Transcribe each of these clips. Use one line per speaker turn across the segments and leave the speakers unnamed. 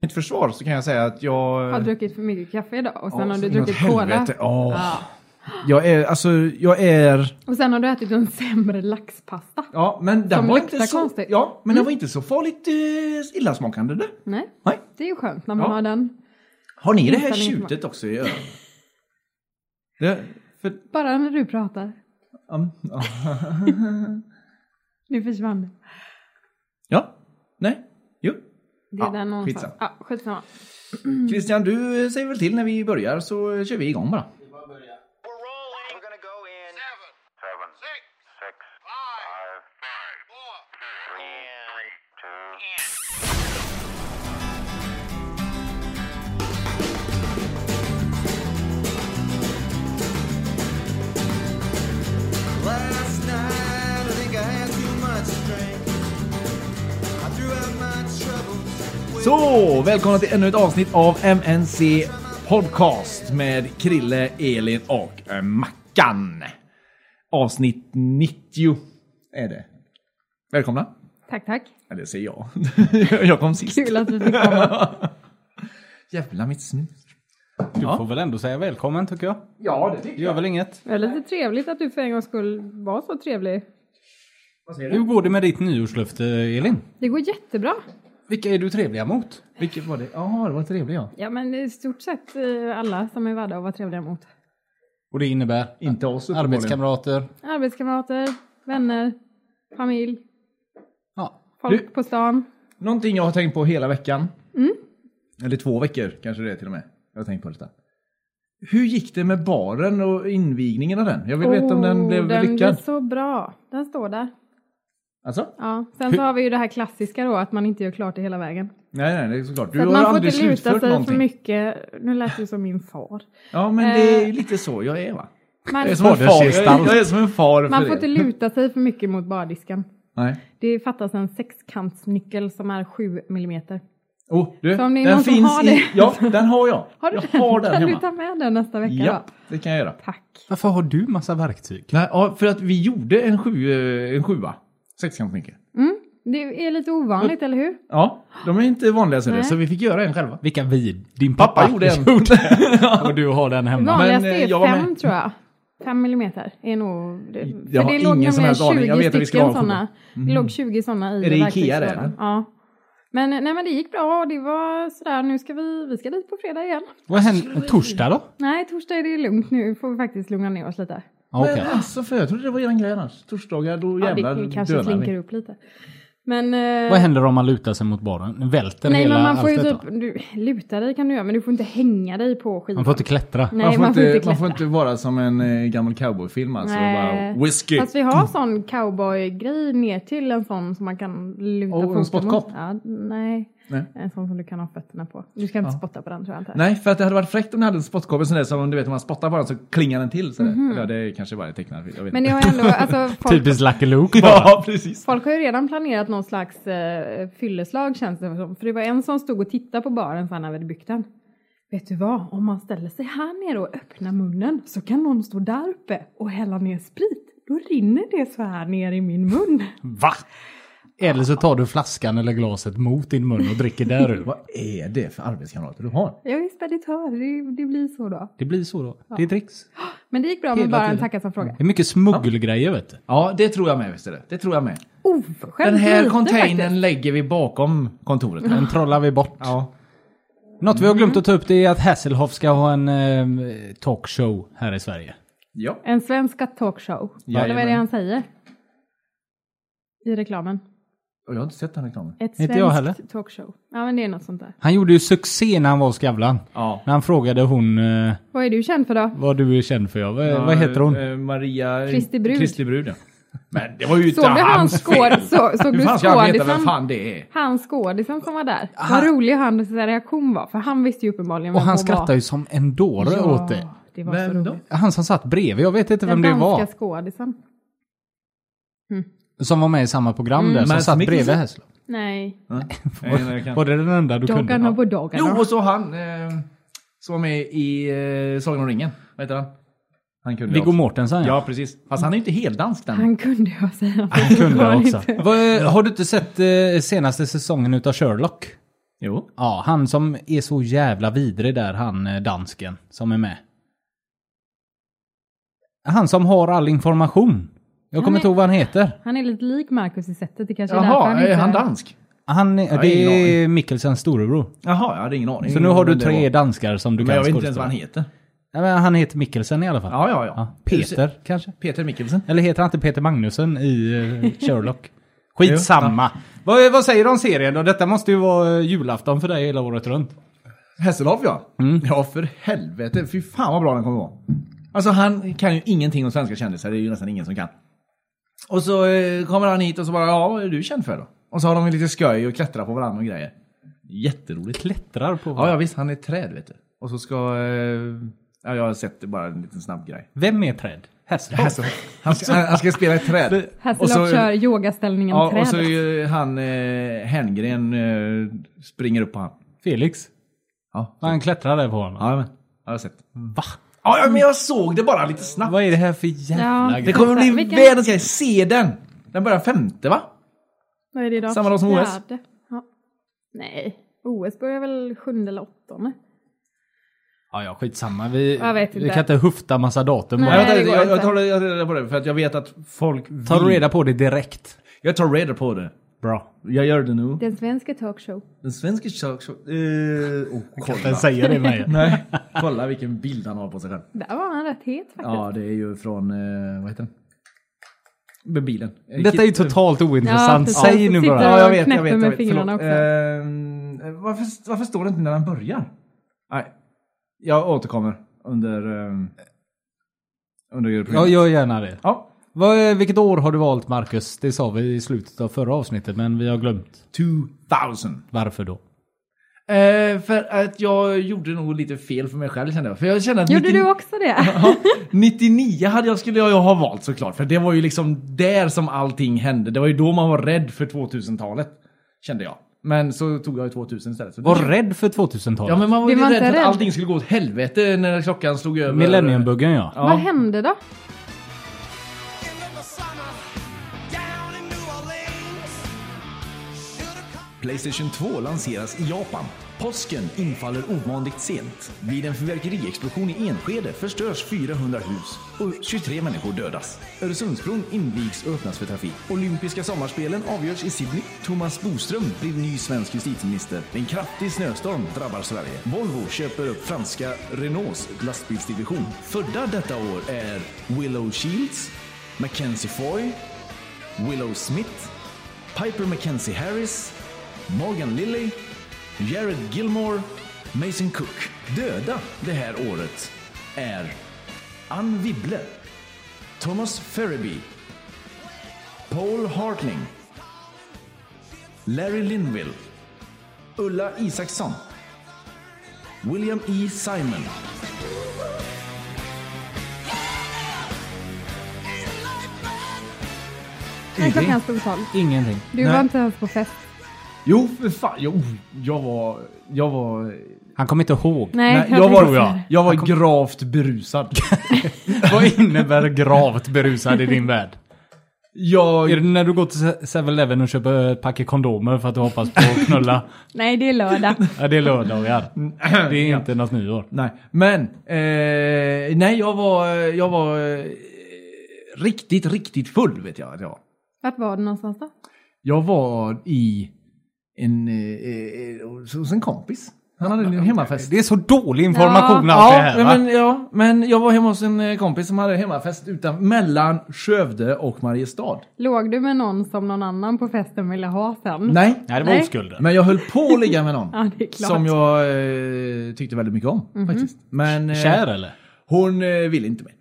mitt försvar så kan jag säga att jag...
Har druckit för mycket kaffe idag och sen
Ja,
har du
så in åt
druckit cola.
helvete. Åh.
Ja.
Jag är, alltså, jag är...
Och sen har du ätit en sämre laxpasta.
Ja, men den
Som
var
luktar
inte så...
konstigt. Mm.
Ja, men den var inte så farligt eh, illasmakande det.
Nej,
Nej.
det är ju skönt när man
Ja.
har den.
Har ni det här
Inte min smak.
tjutet också i öronen? Det... För...
Bara när du pratar.
Um, ja.
Nu försvann det.
ja. Nej. Jo.
Det är
Ja,
där någonstans.
skitsamma.
Ja, skitsamma. Mm.
Christian, du eh, säger väl till när vi börjar så eh, kör vi igång bara.
We're rolling. We're gonna go in seven,
seven,
six,
six,
five,
five, five,
four,
three, two,
and.
Last night, I think I had too much to drink. I threw out my troubles. with
Så, välkomna till ännu ett avsnitt av MNC Podcast med Krille, Elin och eh, Mackan. Avsnitt 90 är det. Välkomna.
Tack, tack.
Eller säger jag. jag kom sist.
Kul att vi fick komma.
Jävlar mitt snus.
Du
Ja.
får väl ändå säga välkommen tycker jag.
Ja, det tycker
Det gör väl inget.
Det är lite trevligt att du för en gångs skull var så trevlig.
Hur går det med ditt nyårslöfte Elin?
Det går jättebra.
Vilka är du trevliga mot?
Vilket var det? Jaha, det var trevligt ja.
Ja, men i stort sett eh, alla som är värda att vara trevliga mot.
Och det innebär?
Inte oss uppenbarligen.
Arbetskamrater?
Arbetskamrater, vänner, familj,
Ja.
folk
Du-
på stan.
Någonting jag har tänkt på hela veckan.
Mm.
Eller två veckor kanske det är till och med. Jag har tänkt på detta. Hur gick det med baren och invigningen av den? Jag vill veta om den
Åh,
blev
Oh, den
lyckad.
blev så bra. Den står där.
Alltså?
Ja. Sen så har vi ju det här klassiska då, att man inte gör klart det hela vägen.
Nej, nej, det är såklart. Du
så att
har
man får
aldrig
inte luta
slutfört
sig
någonting.
för mycket. Nu lät du som min far.
Ja, men det är ju lite så jag är va?
Eh. Man,
Jag är som en far, jag är, jag är som en far för
man får
er.
inte luta sig för mycket mot bardisken.
Nej.
Det fattas en sexkantsnyckel som är 7 millimeter.
Oh, du,
Så om det är
den
någon som
finns
har
i...
det-
Ja, den har jag.
Har du
jag
den?
har den
kan du
hemma.
ta med den nästa vecka?
Ja,
då?
det kan jag göra.
Tack.
Varför har du massa verktyg?
Nej, ja, för att vi gjorde en, sju, eh, en sjua. Sexkantsnyckel.
Mm. Det är lite ovanligt, eller hur?
Ja, de är inte vanliga ser du,
Nej.
så vi fick göra en själva.
Vilka vi? Din
Pappa
pappa,
gjorde en.
och du har den
Det
hemma.
vanligaste
eh, jag
är
var med.
fem, tror jag. Fem millimeter är nog... Det, för
Jag har
det
ingen
låg
som
nämligen
helst aning. Jag
20
vet att vi ska
stycken
ha en
sådana. Det låg 20 sådana i
Är det Ikea
verktygslådan.
det, eller?
Ja. Men, eh, nej, men det gick bra och det var sådär, nu ska vi, vi ska dit på fredag igen.
Vad händer torsdag då?
Nej, torsdag är det lugnt nu. får vi faktiskt lugna ner oss lite.
Ja, Okej.
Men alltså, för jag trodde det var eran grej annars. Torsdagar, då
Ja,
jävlar
det kanske
dönar vi.
slinker upp lite. Men... eh,
Vad händer om man lutar sig mot baren? Välter
Nej,
hela
men man får
allt
ju typ...
detta?
Du, luta dig kan du göra, men du får inte hänga dig på skivan.
Man får inte klättra.
typ- Nej, man får inte
man
klättra.
får inte vara som en eh, gammal cowboyfilm alltså. och
Nej.
Bara, whisky!
Fast vi har sån cowboy-grej ner till en sån som man kan luta
Och Oh, en
foten
spottkopp.
mot. Ja, nej.
Nej.
En sån som du kan ha fötterna på. Du ska inte
Ja.
spotta på den tror jag inte.
Nej, för att det hade varit fräckt om ni hade en spottkopp, en sån där som du vet om man spottar på den så klingar den till. Sådär. Eller ja, det kanske bara är tecknat. Jag vet
Mhm. Men det
inte.
har ändå, alltså folk,
Typiskt Lucky Luke bara.
Ja, precis.
folk har ju redan planerat någon slags eh, fylleslag känns det som. För det var en som stod och tittade på baren för han hade byggt den. Vet du vad, om man ställer sig här nere och öppnar munnen så kan någon stå där uppe och hälla ner sprit. Då rinner det så här ner i min mun.
Mm.
Va? Eller så tar du flaskan eller glaset mot din mun och dricker där ur.
Vad är det för arbetskamrater du har?
Jag är speditör, det, det blir så då.
Det blir så då. Det dricks.
Men det gick bra med
Hela
bara en
tiden.
tacka som fråga.
Det är mycket smuggelgrejer vet du.
Ja, det tror jag med. Visst är det. det tror jag med.
Oförskämt
Den här
lite
containern
Oh, faktiskt. Mhm.
lägger vi bakom kontoret.
Den trollar vi bort.
Ja.
Något vi har glömt att ta upp det är att Hasselhoff ska ha en eh, talkshow här i Sverige.
ja.
En svenska talkshow. Eller vad är det
Jajamän.
han säger? I reklamen.
Och jag har inte sett den reklamen.
Ett
Inte jag
svenskt
heller.
talkshow. Ja men det är något sånt där.
Han gjorde ju succé när han var Skavlan.
Ja.
När han frågade hon eh,
Vad är du känd för då?
vad du är känd för. Ja. Vad, vad heter hon?
Eh, Maria...
Kristi Brud.
Kristi Brud, ja. Men det var ju inte
Såg du hans
hans
skåd?
fel.
Så, såg
Hur
du
fan ska jag veta vem
skådisen?
fan det är?
Han skådisen som var där. Vad rolig hans reaktion var. För han visste ju uppenbarligen
Och
vem
han
hon var.
skrattar ju som en dåre åt det.
det var
Vem
så
då?
roligt.
Han som satt bredvid, jag vet inte
Den
vem det
danska
var.
skådisen.
Som var med i samma program där, som
Mads
satt bredvid
Mikkelsen?
Hasselhoff.
Nej.
Nej, nej, jag kan.
Var det den enda du kunde?
Dagarna på
Jo,
dagarna.
och så han eh, som var med i eh, Sagan om ringen. Vad heter han? Han kunde
Viggo
också.
Mortensen
Ja, precis. Fast han är ju inte helt dansk den.
Han kunde jag säga.
kunde
Var
också.
inte-
Vad, eh, har du inte sett eh, senaste säsongen utav Sherlock?
Jo.
Ja, han som är så jävla vidrig där, han eh, dansken som är med. Han som har all information. Jag
Han
kommer
är-
inte ihåg vad han heter.
Han är lite lik Marcus i sättet. Det kanske är därför
Jaha,
han
är
inte...
han dansk?
Han är,
har
det
ingen
är Mikkelsens storebror.
Jaha, jag hade ingen aning.
Så nu har du
Men det
tre
var-
danskar som du
Men jag
kan
vet inte ens vad
skådespela.
han heter.
Nej, men han heter Mikkelsen i alla fall.
Ja, ja, ja.
Ja, Peter kanske?
Peter Mikkelsen.
Eller heter han inte Peter Magnusson i eh, Sherlock? Skitsamma. Vad, vad säger du om serien då? Detta måste ju vara eh, julafton för dig hela året runt.
Hasselhoff ja. Ja för helvete, fy fan vad bra den kommer vara. Alltså han kan ju ingenting om svenska kändisar, det är ju nästan ingen som kan. Och så eh, kommer han hit och så bara, ja vad är du känd för då? Och så har de ju lite skoj och klättrar på varandra och grejer. Jätteroligt.
Klättrar på
Ja, ja visst, han är ett träd vet du. Och så ska, eh, ja jag har sett det bara en liten snabb grej.
Vem är träd? Hasselhoff?
Hasselhoff. Han ska, han, han ska spela ett träd. Och
Hasselhoff
så-
kör yogaställningen
Ja, och
trädet.
så är ju han eh, Henngren eh, springer upp på han.
Felix?
Ja,
Vad han klättrar där på honom?
ja men, jag har sett.
Va?
Ja, ja, men jag såg det bara lite snabbt.
Vad är det här för jävla
Ja.
Det
grej?
kommer att bli
Vilken-
världens grej. Se den! Den börjar femte va?
Vad är det idag?
Samma dag som OS.
Fjärde. Ja. Nej, OS börjar väl sjunde eller åttonde?
Ja, ja, skitsamma. Vi,
Jag vet
vi
inte.
kan inte hufta massa datum
Nej.
Nej,
bara.
vänta,
det går
jag, jag,
inte.
tar, jag tar reda på det för att jag vet att folk vill.
Tar du reda på det direkt?
Jag tar reda på det.
Bra.
Jag gör det nu.
Den svenska talkshow.
Den svenska tjock... Uh, oh,
Den
kolla.
säger det mig.
Nej. kolla vilken bild han har på sig själv.
Där var han rätt het faktiskt.
Ja, det är ju från... eh, vad heter den? Med bilen. Eh,
Detta är ju
Kit-
totalt ointressant.
precis.
Säg nu
Sitter
bara.
och
Ja, jag vet, jag
knäpper
vet. Jag
med
vet.
fingrarna
Förlåt. Eh, varför, varför står det inte när den börjar? Nej. Jag återkommer under... eh, under
Ja, gör gärna det.
ja.
Vad, vilket år har du valt Marcus? Det sa vi i slutet av förra avsnittet men vi har glömt.
2000.
Varför då?
Eh, för att jag gjorde nog lite fel för mig själv kände jag. För jag kände att
Gjorde
90
du också det?
99 hade jag, skulle jag ju ha valt såklart. För det var ju liksom där som allting hände. Det var ju då man var rädd för 2000-talet. Kände jag. Men så tog jag ju 2000 istället. Så
Var
det-
rädd för 2000-talet?
Ja men man var
Det
ju
var
rädd
inte
för att
rädd.
allting skulle gå åt helvete när klockan slog över.
Millenniumbuggen ja.
Ja.
Vad hände då?
Playstation 2 lanseras i Japan. Påsken infaller ovanligt sent. Vid en fyrverkeriexplosion i Enskede förstörs 400 hus och 23 människor dödas. Öresundsbron invigs och öppnas för trafik. Olympiska sommarspelen avgörs i Sydney. Thomas Boström blir ny svensk justitieminister. En kraftig snöstorm drabbar Sverige. Volvo köper upp franska Renaults lastbilsdivision. Födda detta år är Willow Shields, Mackenzie Foy, Willow Smith, Piper Mackenzie Harris, Morgan Lilly, Jared Gilmore, Mason Cook. Döda det här året är Ann Wibble, Thomas Ferriby, Paul Hartling, Larry Linville, Ulla Isaksson, William E. Simon.
När klockan stod tolv.
Ingenting.
Du var inte ens på fest.
Jo, för fan. Jo, jag var... Jag var...
Han kommer inte ihåg.
Nej,
Nej,
jag
jag,
tänkte-
var, jag var gravt berusad.
Vad innebär gravt berusad i din värld?
Jag,
Är det när du går till 7-Eleven och köper ett paket kondomer för att du hoppas på att knulla?
Nej, det är lördag.
Ja, det är lördagar. Det är inte något nyår.
nej, men eh, nej, jag var, jag var eh, riktigt, riktigt full vet jag att jag var.
Vart var du någonstans då?
Jag var i en, eh, eh, hos en kompis. Han hade en hemmafest.
Det är så dålig information
Ja.
allt det
Ja,
här va?
men, ja, men jag var hemma hos en eh, kompis som hade hemmafest utan, mellan Skövde och Mariestad.
Låg du med någon som någon annan på festen ville ha sen?
Nej,
Nej, det var
Nej.
oskulden.
men jag höll på att ligga med någon.
Ja, det är klart.
som jag eh, tyckte väldigt mycket om faktiskt. Men, eh,
Kär eller?
Hon eh, ville inte mig.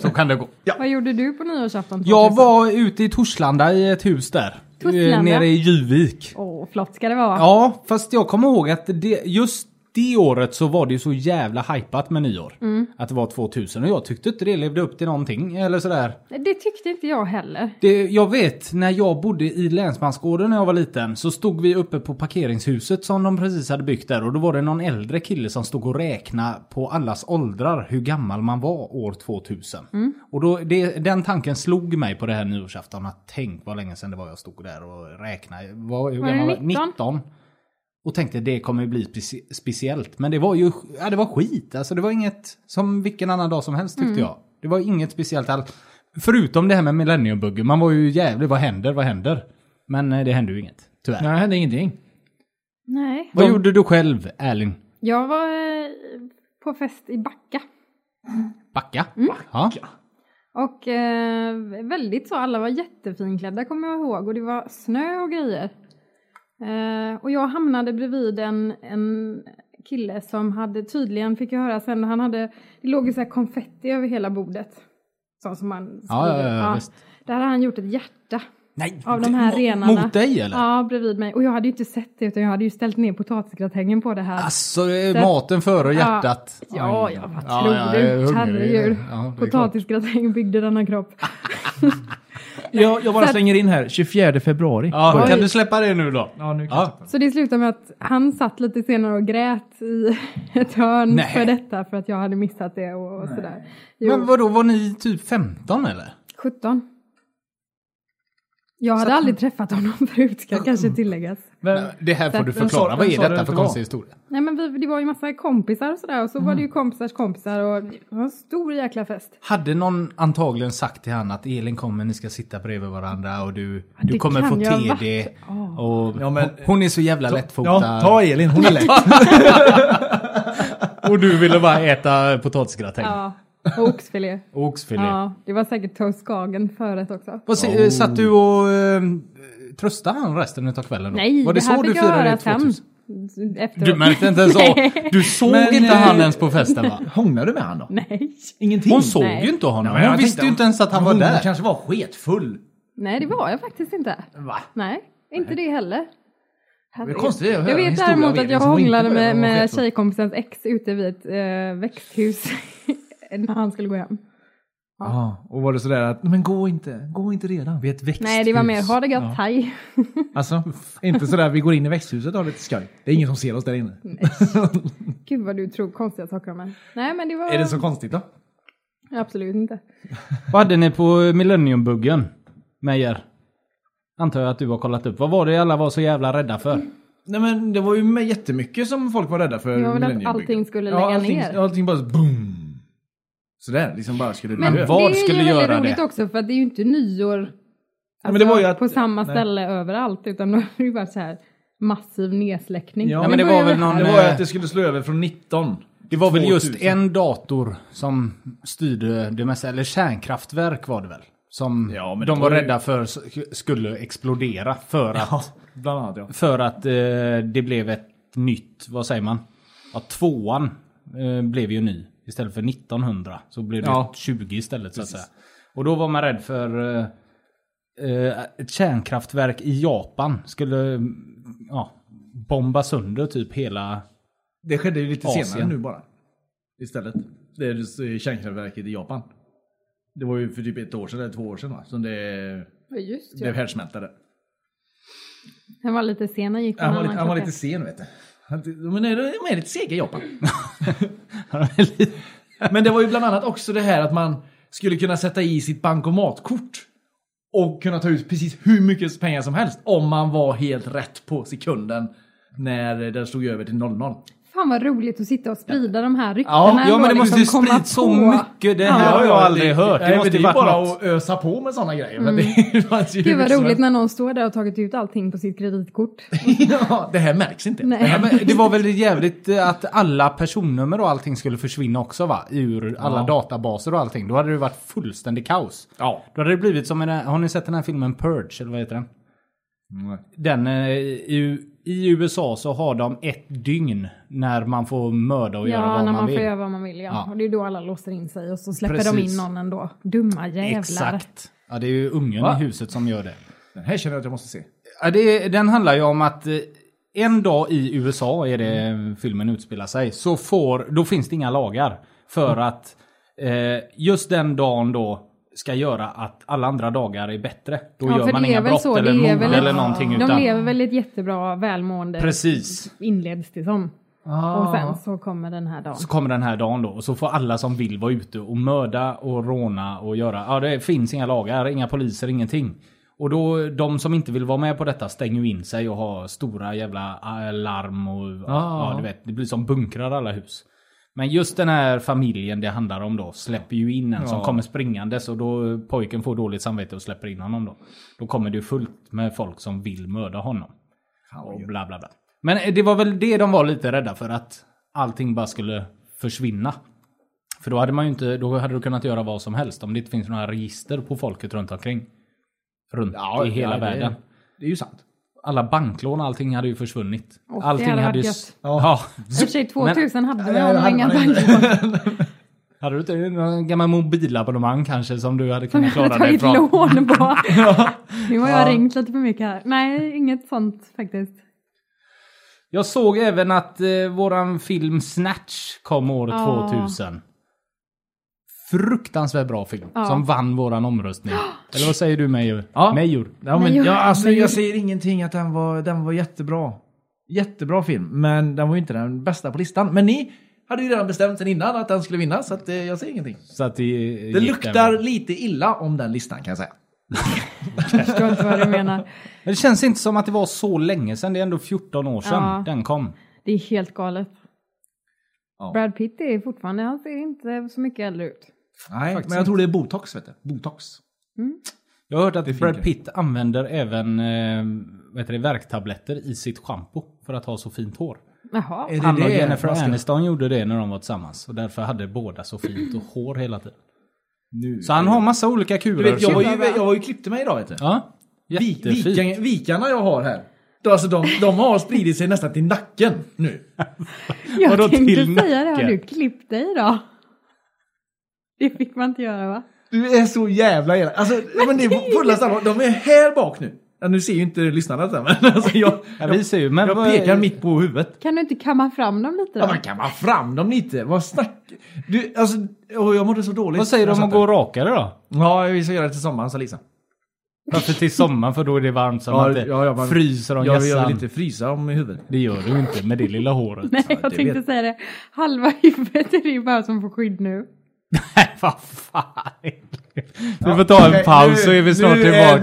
Så kan det gå.
Vad gjorde du på nyårsafton?
Jag
2000?
var ute i Torslanda i ett hus där.
Torslanda?
Eh, Nere i Juvik.
Åh, flott ska det vara.
Ja, fast jag kommer ihåg att det, just det året så var det ju så jävla hypat med nyår. Att det var 2000 och jag tyckte inte det levde upp till någonting eller sådär.
Det tyckte inte jag heller.
Det, jag vet, när jag bodde i Länsmansgården när jag var liten så stod vi uppe på parkeringshuset som de precis hade byggt där och då var det någon äldre kille som stod och räknade på allas åldrar hur gammal man var år 2000. Och då, det, den tanken slog mig på det här nyårsafton att tänk vad länge sedan det var jag stod där och räknade. Vad, hur
Var du
gammal
19?
19? Och tänkte det kommer bli speci- speciellt. Men det var ju ja, det var skit. Alltså det var inget som vilken annan dag som helst tyckte jag. Det var inget speciellt alls. Förutom det här med millenniumbuggen. Man var ju jävlig. Vad händer? Vad händer? Men eh, det hände ju inget. Tyvärr.
Nej, det hände ingenting.
Nej.
Vad gjorde du själv, Erling?
Jag var eh, på fest i Backa.
Backa? Ja.
Och eh, väldigt så, alla var jättefinklädda kommer jag ihåg och det var snö och grejer. Eh, och jag hamnade bredvid en, en kille som hade tydligen, fick jag höra sen, han hade, det låg ju så här konfetti över hela bordet. Sånt som man
Ja, ja,
skriver.
ja, visst.
Där hade han gjort ett hjärta.
Nej,
Av de här
mo-
renarna.
Mot dig eller?
Ja, bredvid mig. Och jag hade ju inte sett det utan jag hade ju ställt ner potatisgratängen på det här.
Alltså, det är maten före hjärtat.
Ja,
Oj.
ja, vad
Ja,
tror
ja, jag är
du?
hungrig.
Herregud.
Ja, Ah. det är klart.
Potatisgratäng byggde denna kropp.
Jag, jag bara
Så att-
slänger in här, 24 februari.
Ja,
Oj.
kan du släppa det nu då?
Ja, nu kan jag
Ja.
släppa
Så det slutade med att han satt lite senare och grät i ett hörn
Nej.
för detta för att jag hade missat det och, och sådär. Jo, Eh,
Men vadå, var ni typ 15 eller?
17. Jag hade aldrig träffat honom förut ska
Mm.
kanske tilläggas.
Vem-
Det här får
Vem-
du
vem sa-
förklara. Vad
vem
är
sa du
detta
att
för
det var?
konstig historia?
Nej men vi, det var ju massa kompisar och sådär och så var
Mm.
det ju kompisars kompisar och det var en stor jäkla fest.
Hade någon antagligen sagt till han att Elin kommer, ni ska sitta bredvid varandra och du, du
det
kommer
kan
få
jag ha
TD. Och
Ja, men-
hon- hon är så jävla lättfotad.
Ja, ta Elin, hon är lätt.
Och du ville bara äta potatisgratäng.
Ja, och oxfilé.
Och oxfilé.
ja, det var säkert toast Skagen förrätt också.
Vad se- eh, Satt du och eh, tröstade han resten av kvällen? Då?
Nej,
Var
det,
det,
här
så
fick
du
jag
firade
höra
ditt
sen.
2000?
Efteråt.
Du märkte inte ens av.
Nej.
Du såg
Men,
inte
eh,
han ens på festen va?
Hånglar du med han då?
Nej.
Ingenting?
Hon såg
Nej.
ju inte honom.
men jag
Hon visste
tänkte
ju inte
om-
ens att han var
hon
där.
kanske var sketfull.
Nej, det var jag faktiskt inte.
Va?
Nej, inte det heller.
Det är konstigt att höra
Jag
en
vet
historia av
däremot att
Elin
jag
som inte
hånglade
behöver
med,
vara
med
sketfull.
tjejkompisens ex ute vid ett eh, växthus när han skulle gå hem.
Ja, och var det sådär att, men gå inte, gå inte redan.
Vid ett växthus.
Nej, det var mer ha det gött, hej.
Alltså, inte sådär vi går in i växthuset och har lite skoj. Det är ingen som ser oss där inne.
Gud vad du tror konstiga saker om mig. Nej, men det var
Är det så konstigt då?
absolut inte.
Vad hade ni på millenniumbuggen, Meyer? Antar jag att du har kollat upp. Vad var det alla var så jävla rädda för?
Nej men det var ju med jättemycket som folk var rädda för.
Det var väl att
millenniumbygget.
allting skulle
ja,
lägga
allting,
ner.
allting bara boom. Sådär, liksom bara skulle
Men
dö.
vad
det är
skulle
ju
göra det?
väldigt roligt också för att det är ju inte nyår alltså,
Ja, men det var ju att-
på samma
nej.
ställe överallt utan då har det ju varit så här massiv nedsläckning.
Ja,
Nej, men
men
det var
börjar
väl
med-
någon...
Det var ju
eh,
att det skulle slå över från 19.
Det var väl just
2000.
en dator som styrde det mesta, eller kärnkraftverk var det väl? Som
Ja, men
de
det
var
var ju-
rädda för s- skulle explodera för att,
Ja, bland annat ja.
för att eh, det blev ett nytt, vad säger man? Ja, tvåan eh, blev ju ny. Istället för 1900 så blev det
Ja.
20 istället så att säga. Och då var man rädd för eh, eh, ett kärnkraftverk i Japan skulle eh, ja, bomba sönder typ hela...
Det skedde ju lite
Asien.
senare nu bara. Istället. Det är just, eh, kärnkraftverket i Japan. Det var ju för typ ett år sedan eller två år sedan va? Som det
Ja, Just
blev
det.
härdsmältare.
Han var lite sen, han gick på en
Han var,
annan
lite, han var
klocka.
lite sen vet du. Han- Men de är lite sega i Japan. Men det var ju bland annat också det här att man skulle kunna sätta i sitt bankomatkort och kunna ta ut precis hur mycket pengar som helst om man var helt rätt på sekunden när den stod över till 00.
Fan vad roligt att sitta och sprida de här ryktena.
Ja, ja
ändå,
men det måste ju
liksom komma
sprids så
på.
mycket. Det här har jag aldrig hört. Det
Nej,
måste
men
ju
det är
varit
bara
något. Mm.
att ösa på med sådana grejer. Men det fanns ju
Gud vad
hur som
roligt
helst.
när någon står där och tagit ut allting på sitt kreditkort.
ja, det här märks inte.
Nej.
Det
Ja,
här mär-
men det var väl jävligt eh, att alla personnummer och allting skulle försvinna också va? Ur alla
Ja.
databaser och allting. Då hade det varit fullständig kaos.
ja.
Då hade det blivit som i den, har ni sett den här filmen Purge eller vad heter den? Den eh, i, i USA så har de ett dygn när man får mörda och göra
Ja,
vad
när
man,
man
vill.
får göra vad man vill. Ja.
Ja.
Och det är då alla låser in sig och så släpper de
Precis.
in någon ändå. Dumma jävlar.
Exakt. Ja, det är ju ungen
Va?
i huset som gör det.
Den här känner jag att jag måste se.
Ja, det, den handlar ju om att eh, en dag i USA är det filmen utspelar sig. Så får, då finns det inga lagar. För att eh, just den dagen då ska göra att alla andra dagar är bättre. Då
Ja,
gör
för
man
det är
inga
väl
brott
så, det
eller
är
mord
väl-
eller någonting.
De
utan,
lever väl ett jättebra välmående.
Precis.
Inleds det som. Och sen så kommer den här dagen.
Så kommer den här dagen då och så får alla som vill vara ute och mörda och råna och göra. Ja, det finns inga lagar, inga poliser, ingenting. Och då, de som inte vill vara med på detta stänger ju in sig och har stora jävla eh, larm och
Ja.
ja, du vet, det blir som bunkrar alla hus. Men just den här familjen det handlar om då släpper ju in en som
Ja.
kommer springandes och då pojken får dåligt samvete och släpper in honom då. Då kommer det ju fullt med folk som vill mörda honom. Och bla bla bla. Men eh, det var väl det de var lite rädda för att allting bara skulle försvinna. För då hade man ju inte, då hade du kunnat göra vad som helst om det inte finns några register på folket runt omkring. Runt i hela
ja, det-
världen.
Det är ju sant.
Alla banklån och allting hade ju försvunnit.
Åh, det
allting
hade varit
ju
gött.
s- Ja.
I och för sig 2000 hade man
Ja,
ja,
det hade
inga
man inte.
bankkort.
Hade du inte någon gammal mobilabonnemang kanske som du hade
Som jag
kunnat
hade
klara
tagit
dig ifrån?
lån på. Nu har jag ringt lite för mycket här. Nej, inget sånt faktiskt.
Jag såg även att eh, våran film Snatch kom år
Ja.
2000. Fruktansvärt bra film
Ja.
som vann våran omröstning. Eller vad säger du Mejor?
Ja.
Mejor.
Ja,
Nej,
men,
jag-
ja, alltså,
men-
jag säger ingenting att den var, den var jättebra. Jättebra film, men den var ju inte den bästa på listan. Men ni hade ju redan bestämt sen innan att den skulle vinna, så att, eh, jag säger ingenting.
Så att det eh,
Det
gick
luktar
den.
lite illa om den listan kan jag säga.
Jag förstår inte vad du menar.
Men det känns inte som att det var så länge sedan. Det är ändå 14 år sedan
Ja.
den kom.
Det är helt galet.
Ja.
Brad Pitt är fortfarande, han ser inte så mycket äldre ut.
Nej,
Faktiskt
men jag tror det är botox, vet du. Botox.
Jag har hört att Brad
grej.
Pitt använder även eh, vad heter det, värktabletter i sitt schampo för att ha så fint hår.
Jaha.
Är det
Han och
det
Jennifer
man ska-
Aniston gjorde det när de var tillsammans. Och därför hade båda så fint och hår hela tiden.
Nu.
Så han har massa olika
Du
kurer.
vet, jag
som-
var ju, jag var ju klippte mig idag, vet du.
Ja,
Vi,
jättefint.
viking, vikarna jag har här. Då, Alltså de, de har spridit sig nästan till nacken nu.
Jag
Vadå,
tänkte
till
säga det, har
nacken?
du klippt dig idag? Det fick man inte göra va?
Du är så jävla elak. Alltså, men det är på fullaste allvar. De är här bak nu. Ja, nu ser ju inte lyssnarna detta, men alltså jag,
Ja, vi ser ju, men
jag
vad-
pekar mitt på huvudet.
Kan du inte kamma fram dem lite då?
Ja, man kan vara fram dem lite. Vad snackar du? Alltså, åh, jag mådde så dåligt.
Vad säger du om att gå rakare då?
Ja, vi ska göra det tillsammans, Alisa.
Varför till sommaren för då är det varmt så
Ja,
man inte
ja, ja, man-
fryser om
Jag, jag
hjässan.
vill inte frysa om i huvudet.
Det gör du inte med det lilla håret.
Nej,
Ja,
jag
alltså, det
tänkte
vet-
säga det. Halva huvudet är det ju bara som får skydd nu.
Nej, vad fan. Vi får ta en paus så är vi snart
Eh,
tillbaka.
Who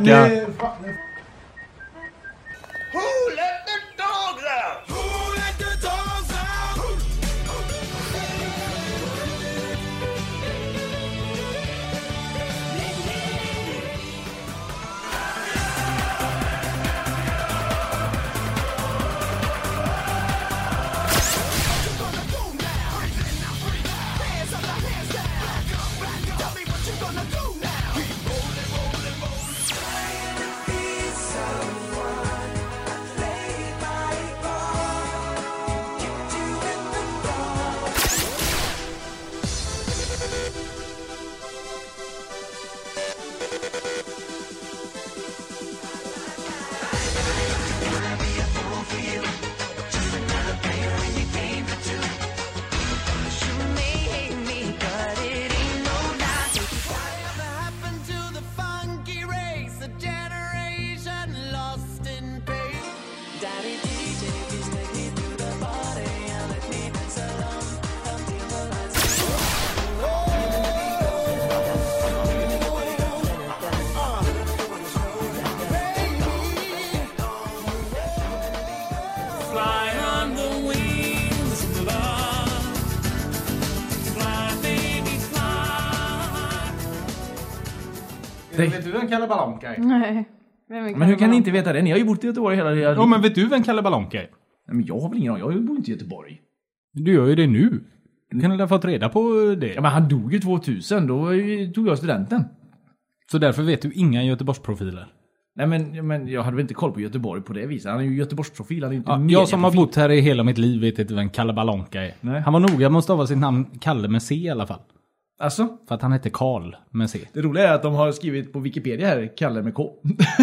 let the dogs out?
Who let the dogs out? Whatever happened to the funky race? A generation lost in pace. Daddy DJ, please take me to the party and let me dance alone until the lights go out. Fly on the wings of love. Fly, baby, fly.
Vet du vem Kalle Balonka är?
Nej. Vem är
Men hur kan ni
man-
inte veta det? Ni har ju bott i Göteborg hela era
Ja
liv.
men vet du vem Kalle Balonka är?
Nej, men jag har väl ingen aning. Jag bor inte i Göteborg.
Du gör ju det nu. Du kan väl ha fått reda på
Ja,
det.
men han dog ju 2000. Då eh, tog jag studenten.
Så därför vet du inga Göteborgsprofiler.
Nej, men, men jag hade väl inte koll på Göteborg på det viset. Han är ju Göteborgsprofil. Han är ju inte
Ja, jag som har bott här i hela mitt liv vet inte vem Kalle Balonka är.
Nej.
Han var noga med att stava sitt namn Kalle med C i alla fall.
Alltså,
För att han hette Karl med C.
det roliga är att de har skrivit på Wikipedia här, Kalle med K.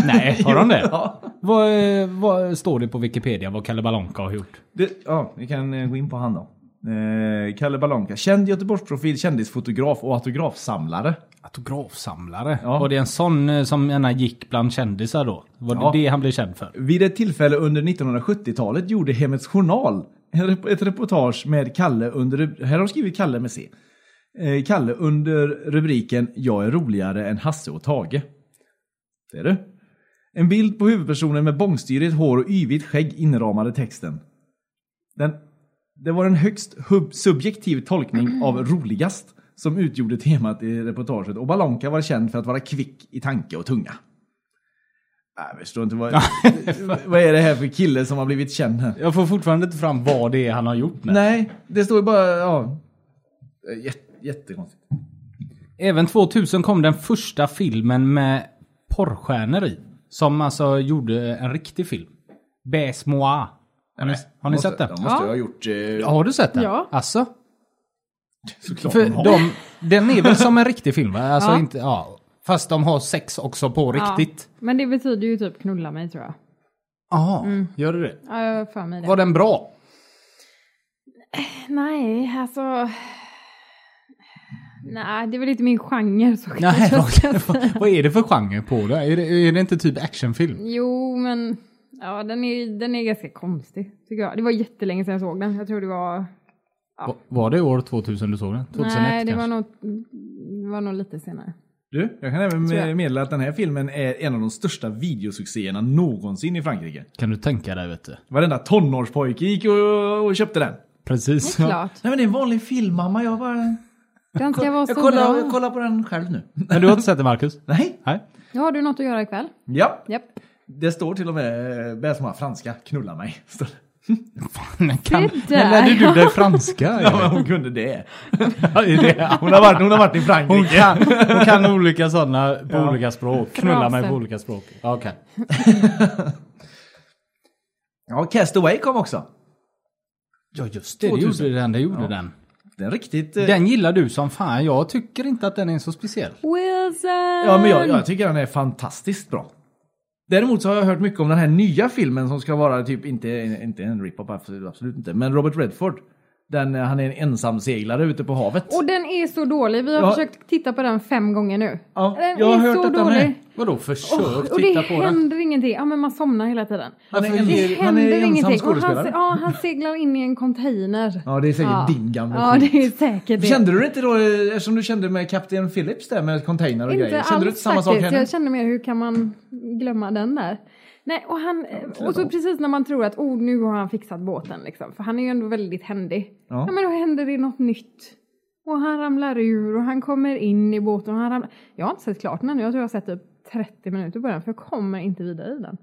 Nej, har de det?
ja.
Vad, eh, vad står det på Wikipedia vad Kalle Balonka har gjort?
Det, ja, vi kan eh, gå in på han då. Eh, Kalle Balonka, känd Göteborgsprofil, kändisfotograf och autografsamlare.
Autografsamlare?
Ja.
Var det en sån eh, som gärna gick bland kändisar då? Var det
Ja.
det han blev känd för?
Vid ett tillfälle under 1970-talet gjorde Hemmets Journal en rep- ett reportage med Kalle under... Här har de skrivit Kalle med C. Eh, Kalle under rubriken “Jag är roligare än Hasse och Tage”. Ser du?
En bild på huvudpersonen med bångstyrigt hår och yvigt skägg inramade texten. Den, det var en högst hub- subjektiv tolkning av roligast som utgjorde temat i reportaget och Balonka var känd för att vara kvick i tanke och tunga. Nej, Jag förstår inte vad, vad är det här för kille som har blivit känd här?
Jag får fortfarande inte fram vad det är han har gjort. Med.
Nej, det står ju bara... Ja. Jätte, jättekonstigt.
Även 2000 kom den första filmen med porrstjärnor i. Som alltså gjorde en riktig film. Bäs Moa. Har ni, har ni
Måste-
sett den?
De måste
Ja.
ju ha gjort... Eh,
Har du sett den?
Ja.
Alltså?
såklart de
För
har.
de, den är väl som en riktig film? va? Alltså
Ja.
inte, ja. Fast de har sex också på riktigt.
Ja, men det betyder ju typ knulla mig tror jag.
Jaha, Mm. gör det det?
Ja, jag har för mig det.
Var den bra?
Nej, alltså... Nej, det är väl inte min genre. Så kan
Nej,
jag säga.
vad, vad, vad är det för genre på det? Är det, är det inte typ actionfilm?
Jo, men ja, den, är, den är ganska konstig tycker jag. Det var jättelänge sedan jag såg den. Jag tror det var...
Va- Var det år 2000 du såg den? 2001
nej, det
kanske?
var, nog, det var nog lite senare.
Du, jag kan även
Tror
med-
jag.
meddela att den här filmen är en av de största videosuccéerna någonsin i Frankrike.
Kan du tänka dig vet du?
Varenda tonårspojke gick och, och köpte den.
Precis.
Det är klart.
Nej men det är en vanlig film mamma, jag bara...
Den ska vara så
Jag kollar,
bra.
jag kollar på den själv nu.
Men du har inte sett den Marcus?
Nej.
Nej.
Ja, har du något att göra ikväll?
Ja,
Japp.
det står till och med eh, bäst många franska, knulla mig. Står det.
Men kan,
Det där,
när lärde du dig franska?
Ja, men
Erik?
hon kunde det.
Ja, är det-
Hon har varit, hon har varit i Frankrike.
Hon kan, hon kan olika sådana på olika språk. Knulla mig på
Fraser.
olika språk. Ja, Okej.
Ja, Castaway kom också.
Ja just det,
2000.
gjorde den. Det gjorde den.
Det är riktigt... eh,
Den gillar du som fan. Jag tycker inte att den är så speciell.
Wilson!
Ja, men jag, jag tycker den är fantastiskt bra. Däremot så har jag hört mycket om den här nya filmen som ska vara typ, inte, inte en rip-up, absolut, absolut inte, men Robert Redford. Den, eh, han är en ensam seglare ute på havet.
Och den är så dålig. Vi har
Ja.
försökt titta på den fem gånger nu.
Ja,
den
jag har
är
hört
så
att den är-
dålig.
Vadå försök?
Och det händer ingenting. Ja, men man somnar hela tiden.
han,
varför
en-
Det
han
händer
är ensam
ingenting. Och han, se-
skådespelare.
ja, han seglar in i en container.
Ja, det är säkert
Ja.
din gamla
Ja,
skit.
det är säkert det.
Kände du det inte då, eh, eftersom du kände med Kapten Phillips där med container och
inte
grejer?
alls
Kände du inte samma sak
faktiskt.
henne?
Jag kände mer, hur kan man glömma den där? Nej, och, han, och så precis när man tror att oh, nu har han fixat båten, liksom, för han är ju ändå väldigt händig.
Ja.
Ja. men då händer det något nytt. Och han ramlar ur och han kommer in i båten. Och han ramlar... Jag har inte sett klart den ännu. Jag tror jag har sett typ 30 minuter på den, för jag kommer inte vidare i den.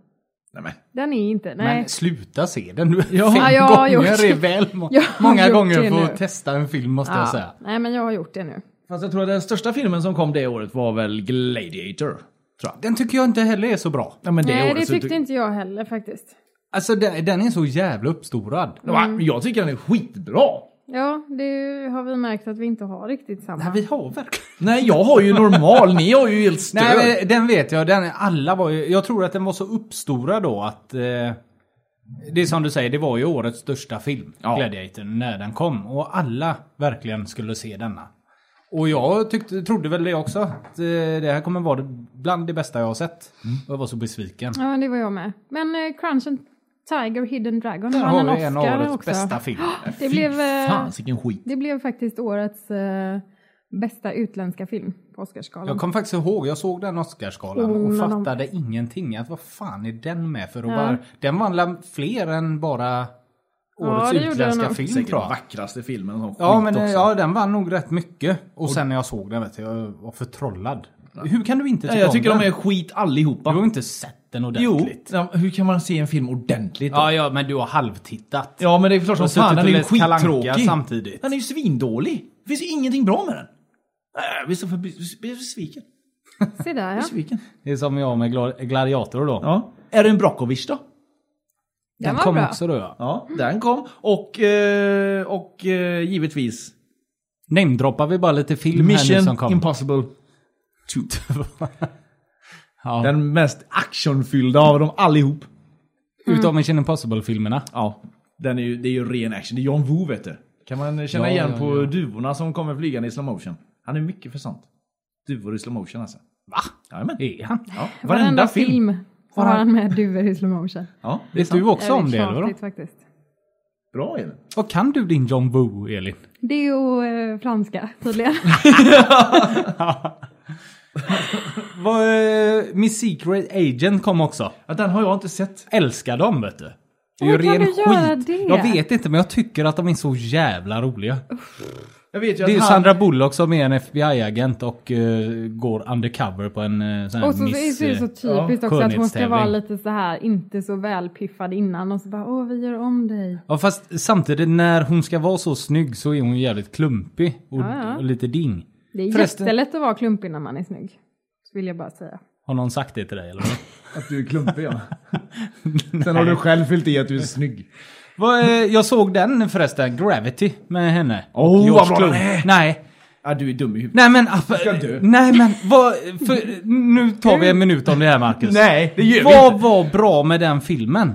Nej, men.
Den är inte... Nej.
Men sluta se den du.
Ja.
Fem
Ja, jag har gjort
gånger
det.
är väl må-
Jag har
många
gjort
gånger
det
för
nu.
att testa en film måste jag säga.
ja. Nej, men jag har gjort det nu.
Fast jag tror att den största Mm. filmen som kom det året var väl Gladiator. Tror jag.
Den tycker jag inte heller är så bra.
Ja, men det
Nej,
året
det
så
tyckte
tyck-
inte jag heller faktiskt.
Alltså den, den är så jävla uppstorad.
Va? Jag tycker den är skitbra.
Ja, det har vi märkt att vi inte har riktigt samma.
Nej, vi har verkligen...
Nej, jag har ju normal, ni har ju helt störd.
Nej, men den vet jag. Den, alla var ju, jag tror att den var så uppstorad då att... Eh, det är som du säger, det var ju årets största film,
Ja.
Gladiator, när den kom. Och alla verkligen skulle se denna. Och jag tyckte, trodde väl det också. Att eh, det här kommer vara det- bland det bästa jag har sett. Och jag var så besviken.
Ja, det var jag med. Men eh, Crunch and Tiger Hidden Dragon
Där
vann
har
en
vi en av
Oscar
årets
också.
bästa film.
Det blev, eh,
Fan, sicken skit.
det blev faktiskt årets eh, bästa utländska film på Oscarsgalan.
Jag kommer faktiskt ihåg, jag såg den Oscarsgalan
Oh,
och
la, la.
fattade ingenting. Att vad fan är den med för att
Ja.
vara... Den vann la- fler än bara årets
det gjorde den
utländska
nog.
film
Säkert
tror
den
jag.
vackraste filmen som
Ja,
skit
men eh,
också.
ja, den vann nog rätt mycket. Och, sen när jag såg den vet jag, jag var förtrollad. Hur kan du inte
Nej,
tycka
jag tycker
om
de är
den?
skit allihopa.
Du har ju inte sett den
jo,
ordentligt.
ja, hur kan man se en film ordentligt? då?
Ja, ja, men du har halvtittat.
ja men det är klart som
Och suttit
fan, den
och
är ju
läst Kalle Anka
skittråkig.
samtidigt.
Den är ju svindålig. Det finns ju ingenting bra med den. Äh, Nej, Jag blir så förbi- blir besviken.
Se där ja.
besviken.
Det är som jag med Gla- Gladiator då.
Ja. Erin Brockovich då?
Den
Den
var
kom
bra.
också då ja.
Ja, den kom. Och, eh, och eh, givetvis
Namedroppar vi bara lite film här nu som
Mission
kom.
Impossible 2.
Ja.
Den mest actionfyllda av dem allihop.
Utav Mission Impossible-filmerna.
Ja, den är ju, det är ju ren action. Det är John Woo vet du. Kan man känna
Ja,
igen
ja,
på
ja.
duvorna som kommer flygande i slow motion. Han är mycket för sånt. Duvor i slow motion alltså. Va? Jajamän.
Är han?
Ja, varenda,
Varenda
film.
film var
Varenda-
han med duvor i slow motion.
Ja, det är
Vet
sant.
du också
Ja,
om det?
är
Eller?
tjatigt faktiskt.
Bra Elin.
Vad kan du din John Woo, Elin?
Det är ju eh, franska tydligen.
Vad, eh, Miss Secret Agent kom också.
Ja, den har jag inte sett.
Älskar dem vet du. Det är
Oj,
ju
kan
ren
du göra
skit.
det?
Jag vet inte men jag tycker att de är så jävla roliga.
Jag vet ju
Det är ju
att
Sandra Bullock som är en FBI-agent och eh, går undercover på en eh, sån här
Och så, så
miss...
är det
eh,
så typiskt också att hon ska
skönhetstävling.
vara lite så här inte så välpiffad innan och så bara åh vi gör om dig.
Ja fast samtidigt när hon ska vara så snygg så är hon jävligt klumpig och,
Ja, ja.
och lite ding.
Det är
Förresten-
jättelätt att vara klumpig när man är snygg. Så vill jag bara säga.
Har någon sagt det till dig eller?
Att du är klumpig ja. Sen har du själv fyllt i att du är snygg.
Vad, eh, jag såg den förresten, Gravity, med henne.
Åh,
Och George
vad bra den
Clooney.
är!
Nej,
Ja, du är dum i huvudet.
nej men... app-
ska dö.
Nej men, vad, för, nu tar vi en minut om det här Marcus.
Nej, det gör vi
Vad var bra med den filmen?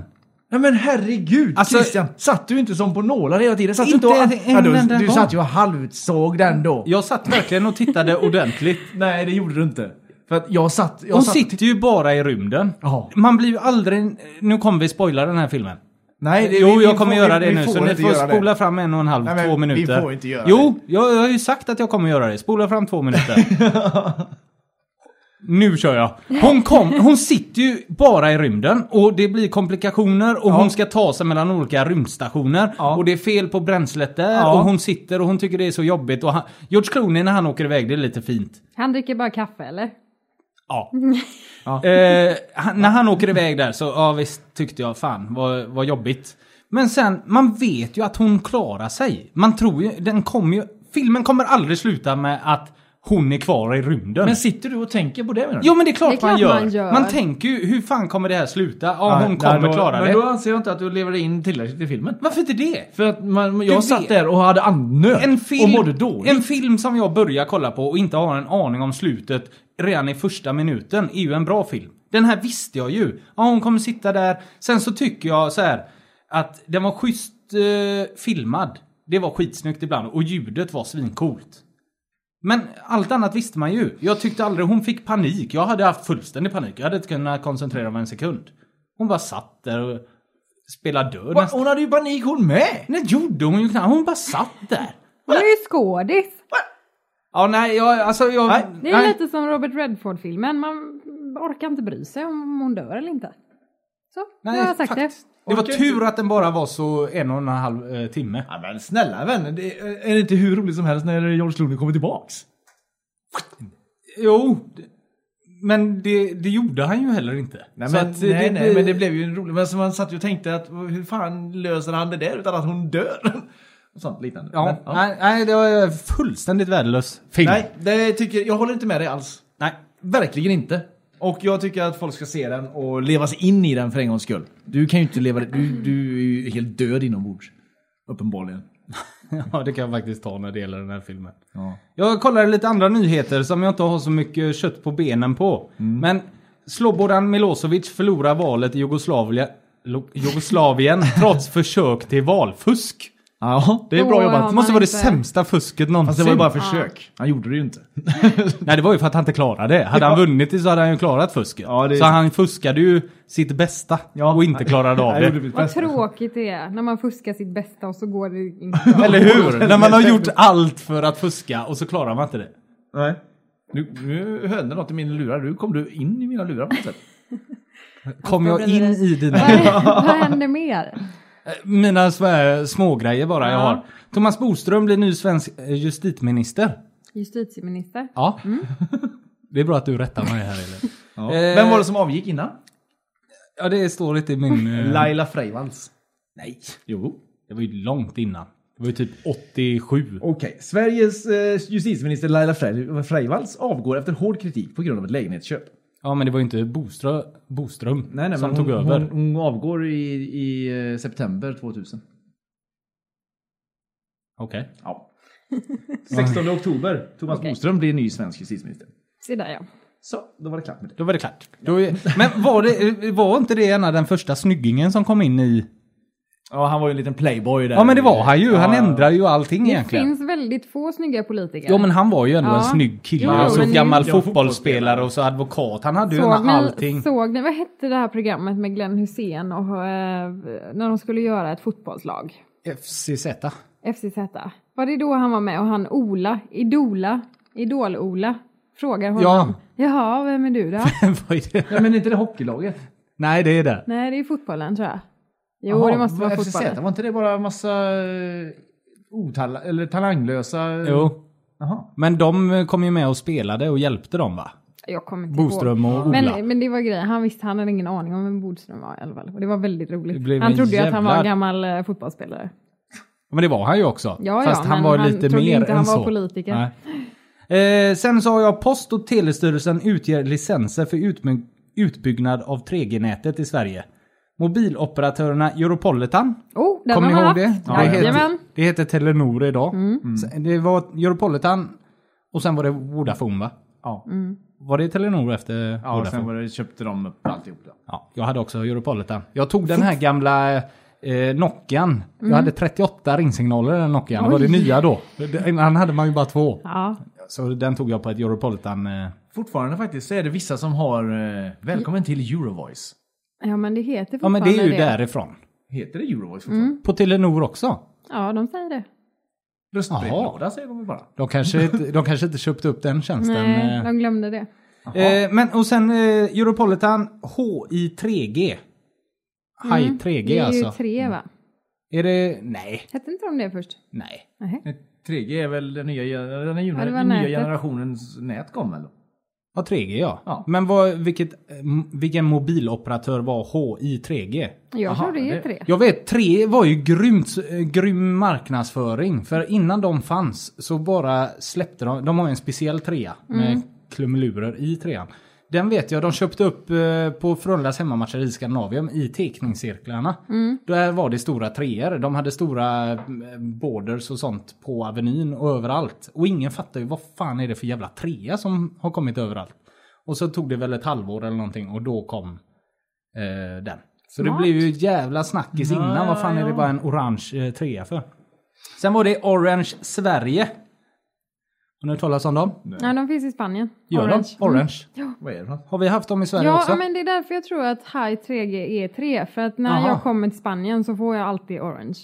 Nej men herregud
Alltså-
Christian! Satt du inte som på nålar hela tiden? Satt du
Inte
inte
en
och... du,
enda
du
gång.
satt ju och halvsåg den då.
Jag satt verkligen och tittade ordentligt.
Nej, det gjorde du inte. För att jag satt... Jag
Hon
satt...
sitter ju bara i rymden.
Ja.
Man blir ju aldrig... Nu kommer vi spoila den här filmen.
Nej, det,
Jo,
vi-
jag
vi
kommer
får-
göra
vi-
det
vi
nu. Så
får
ni
inte
får
göra det.
spola fram en och en halv,
Nej, men
två
vi
minuter.
får inte göra
jo, jag, jag har ju sagt att jag kommer göra det. Spola fram två minuter. nu kör jag. Hon, kom, hon sitter ju bara i rymden och det blir komplikationer och hon ska ta sig mellan olika rymdstationer.
Ja.
Och det är fel på bränslet där
Ja.
och hon sitter och hon tycker det är så jobbigt. Och han, George Clooney när han åker iväg, det är lite fint.
Han dricker bara kaffe eller?
Ja. Eh, han, när han åker iväg där så, ja visst tyckte jag fan vad, vad jobbigt. Men sen, man vet ju att hon klarar sig. Man tror ju, den kommer ju, filmen kommer aldrig sluta med att hon är kvar i rymden.
Men sitter du och tänker på det menar du?
Jo men det är klart,
Det är klart
man, gör.
man gör.
Man tänker ju, hur fan kommer det här sluta? Ja,
Nej,
hon kommer
nej, då,
klara
Men
det.
då anser jag inte att du lever in tillräckligt i filmen.
Varför inte det?
För att man, jag
vet.
satt där och hade andnöd
En
och
film,
mådde dåligt.
en film som jag börjar kolla på och inte har en aning om slutet redan i första minuten är ju en bra film. Den här visste jag ju. Ja, hon kommer sitta där. Sen så tycker jag så här att den var schysst eh, filmad. Det var skitsnyggt ibland och ljudet var svincoolt. Men allt annat visste man ju. Jag tyckte aldrig hon fick panik. Jag hade haft fullständig panik. Jag hade inte kunnat koncentrera mig en sekund. Hon bara satt där och spelade död
Va,
nästan.
hon hade ju panik hon med!
Nej, gjorde hon ju knappt. Hon bara satt där.
Hon är ju skådis.
Ja, nej, jag, alltså jag...
Nej,
Det är lite som Robert Redford-filmen. Man orkar inte bry sig om hon dör eller inte. Så, nu har jag sagt
faktiskt.
det.
det. var
Orkar
tur att den bara var så en och en halv eh, timme.
Ja, men snälla vänner, det är är det inte hur roligt som helst när George Clooney kommer tillbaks?
Jo, d- men det, det gjorde han ju heller inte.
Nej,
Så
men,
att, eh,
nej, nej
blir-
men det blev ju en rolig... Men så man satt ju och tänkte att hur fan löser han det där utan att hon dör? Och sånt liknande.
Ja,
men, ja.
Nej, nej, det var en fullständigt värdelös film.
Nej, det tycker, jag håller inte med dig alls.
nej.
Verkligen inte. Och jag tycker att folk ska se den och leva sig in i den för en gångs skull. Du kan ju inte leva du, du är ju helt död inombords. Uppenbarligen.
Ja, det kan jag faktiskt ta när det gäller den här filmen.
Ja.
Jag kollade lite andra nyheter som jag inte har så mycket kött på benen på.
Mm.
Men Slobodan Milosevic förlorar valet i Jugoslavia, Lo- Jugoslavien trots försök till valfusk.
Ja, det är
Då
bra
har
jobbat.
Det måste
man
vara det
inte-
sämsta fusket någonsin.
Fast det var ju bara försök. Ah. Han gjorde det ju inte.
Nej det var ju för att han inte klarade det. Hade han vunnit det så hade han ju klarat fusket.
Ja, det är
Så
sant.
han fuskade ju sitt bästa och inte klarade av
Jag gjorde
det.
mitt
Vad
bästa.
tråkigt det är när man fuskar sitt bästa och så går det inte.
Eller hur? När man har gjort allt för att fuska och så klarar man inte det.
Nej. Nu, nu hände något i mina lurar. Nu kom du in i mina lurar på något sätt.
Kom jag in i dina...
Vad- Vad händer mer?
Mina små- smågrejer bara jag
Ja.
har. Thomas Boström blir ny svensk eh, justitieminister.
Justitieminister?
Ja. Det är bra att du rättar mig här eller?
Ja.
Eh.
Vem var det som avgick innan?
Ja det står inte i min... eh,
Laila Freivalds.
Nej.
Jo.
Det var ju långt innan. Det var ju typ 87.
Okej, Sveriges eh, justitieminister Laila Fre- Freivalds avgår efter hård kritik på grund av ett lägenhetsköp.
Ja men det var ju inte Boströ, Boström
Nej, nej,
som
men
tog
hon,
över.
Hon, hon avgår i, i eh, september 2000.
Okej.
Ja. 16 oktober. Thomas Boström blir ny svensk justitieminister.
Se där ja.
Så, då var det klart med det.
Då var det klart. Då är, men var, det, var inte det ena den första snyggingen som kom in i...
Ja, han var ju en liten playboy där.
Ja men det var han ju. Han ändrar ju allting
Det
egentligen.
finns väldigt få snygga politiker.
Jo men han var ju ändå
Ja.
en snygg kille.
Jo,
och så
men-
gammal
Ja,
fotbollsspelare
fotbollsspelare.
och så advokat. Han hade ju
Såg
ändå
ni,
allting.
såg ni, vad hette det här programmet med Glenn Hussein och eh, när de skulle göra ett fotbollslag?
FCZ.
FCZ. Var det då han var med och han Ola, Idola, Idol-Ola, Frågar honom.
Ja.
Jaha, vem är du då?
Vad är det?
Ja, men inte det hockeylaget?
Nej, det är det.
Nej, det är fotbollen tror jag. Jo,
Jaha,
det måste vara
FCZ,
fotbollen.
Var inte det bara massa eh, otala, eller talanglösa?
Jo.
Jaha.
Men de kom ju med och spelade och hjälpte dem va?
Jag kommer inte ihåg.
Boström och Ola.
Men, men det var grejen, han visste, han hade ingen aning om vem Bodström var i alla fall. Och det var väldigt
Det
roligt.
blev
Han
en
trodde ju att han var en
jävla-
gammal eh, fotbollsspelare.
Men det var han ju också.
Ja,
Fast
ja,
han
men
var
han
lite
trodde
mer
inte
än
han var
så.
politiker.
Nej. Eh, sen så har jag Post och telestyrelsen utger licenser för utmy- utbyggnad av 3G-nätet i Sverige. Mobiloperatörerna Europolitan.
Oh, den
Kommer ni
har
ihåg
han
det?
haft.
det, heter,
Jajamän. Mm.
det heter Telenor idag. Sen- Det var Europolitan och sen var det Vodafone va?
Ja,
Mm.
Var det Telenor efter
ja och
Vodafone?
sen var det, köpte de upp alltihop. Då.
Ja, jag hade också Europolitan. Jag tog den här gamla eh, Nokian. Jag hade 38 ringsignaler i den Nokian. Det var det
Mm. Oj.
nya då. Det- Innan hade man ju bara två.
Ja,
Så den tog jag på ett Europolitan. Eh.
Fortfarande faktiskt så är det vissa som har eh, Välkommen till Eurovoice.
ja, men det heter
Ja men
fortfarande
det är ju därifrån.
Heter det Eurovoice fortfarande?
På Telenor också.
Ja, de säger det.
Mm. Röstbrevlåda säger de väl bara.
De kanske, inte, de kanske inte köpte upp den tjänsten.
Nej,
eh.
de glömde det.
Eh, men och sen eh, Europolitan HI3G. High 3G
Mm. det är ju
alltså.
tre va?
Är det... Nej.
Hette inte de det först?
Nej.
Nej.
3G är väl den nya, den
Ja, det var
den nya
nätet.
generationens nät kom väl?
Ja, 3G ja.
Ja.
Men vad, vilket, eh, m- vilken mobiloperatör var HI3G?
Jag
Aha,
tror det är
det-
tre.
Jag vet, 3 var ju grymt, eh, grym marknadsföring. För innan de fanns så bara släppte de, de har ju en speciell trea med krumelurer i trean. Den vet jag, de köpte upp eh, på Frölundas hemmamatcher i Skandinavien i teckningscirklarna. Där var det stora treor. De hade stora eh, borders och sånt på Avenyn och överallt. Och ingen fattar ju vad fan är det för jävla trea som har kommit överallt. Och så tog det väl ett halvår eller någonting och då kom eh, den. Så det
Smart.
blev ju jävla snackis innan. Vad fan är det bara en orange eh, trea för? Sen var det Orange Sverige. Har ni hört talas om dem?
Nej, de finns i Spanien.
Gör
Orange. Mm.
de? Orange.
Vad är det för något?
Har vi haft dem i Sverige
Ja,
också?
men det är därför jag tror att High 3G är 3. För att när
Aha.
jag kommer till Spanien så får jag alltid orange.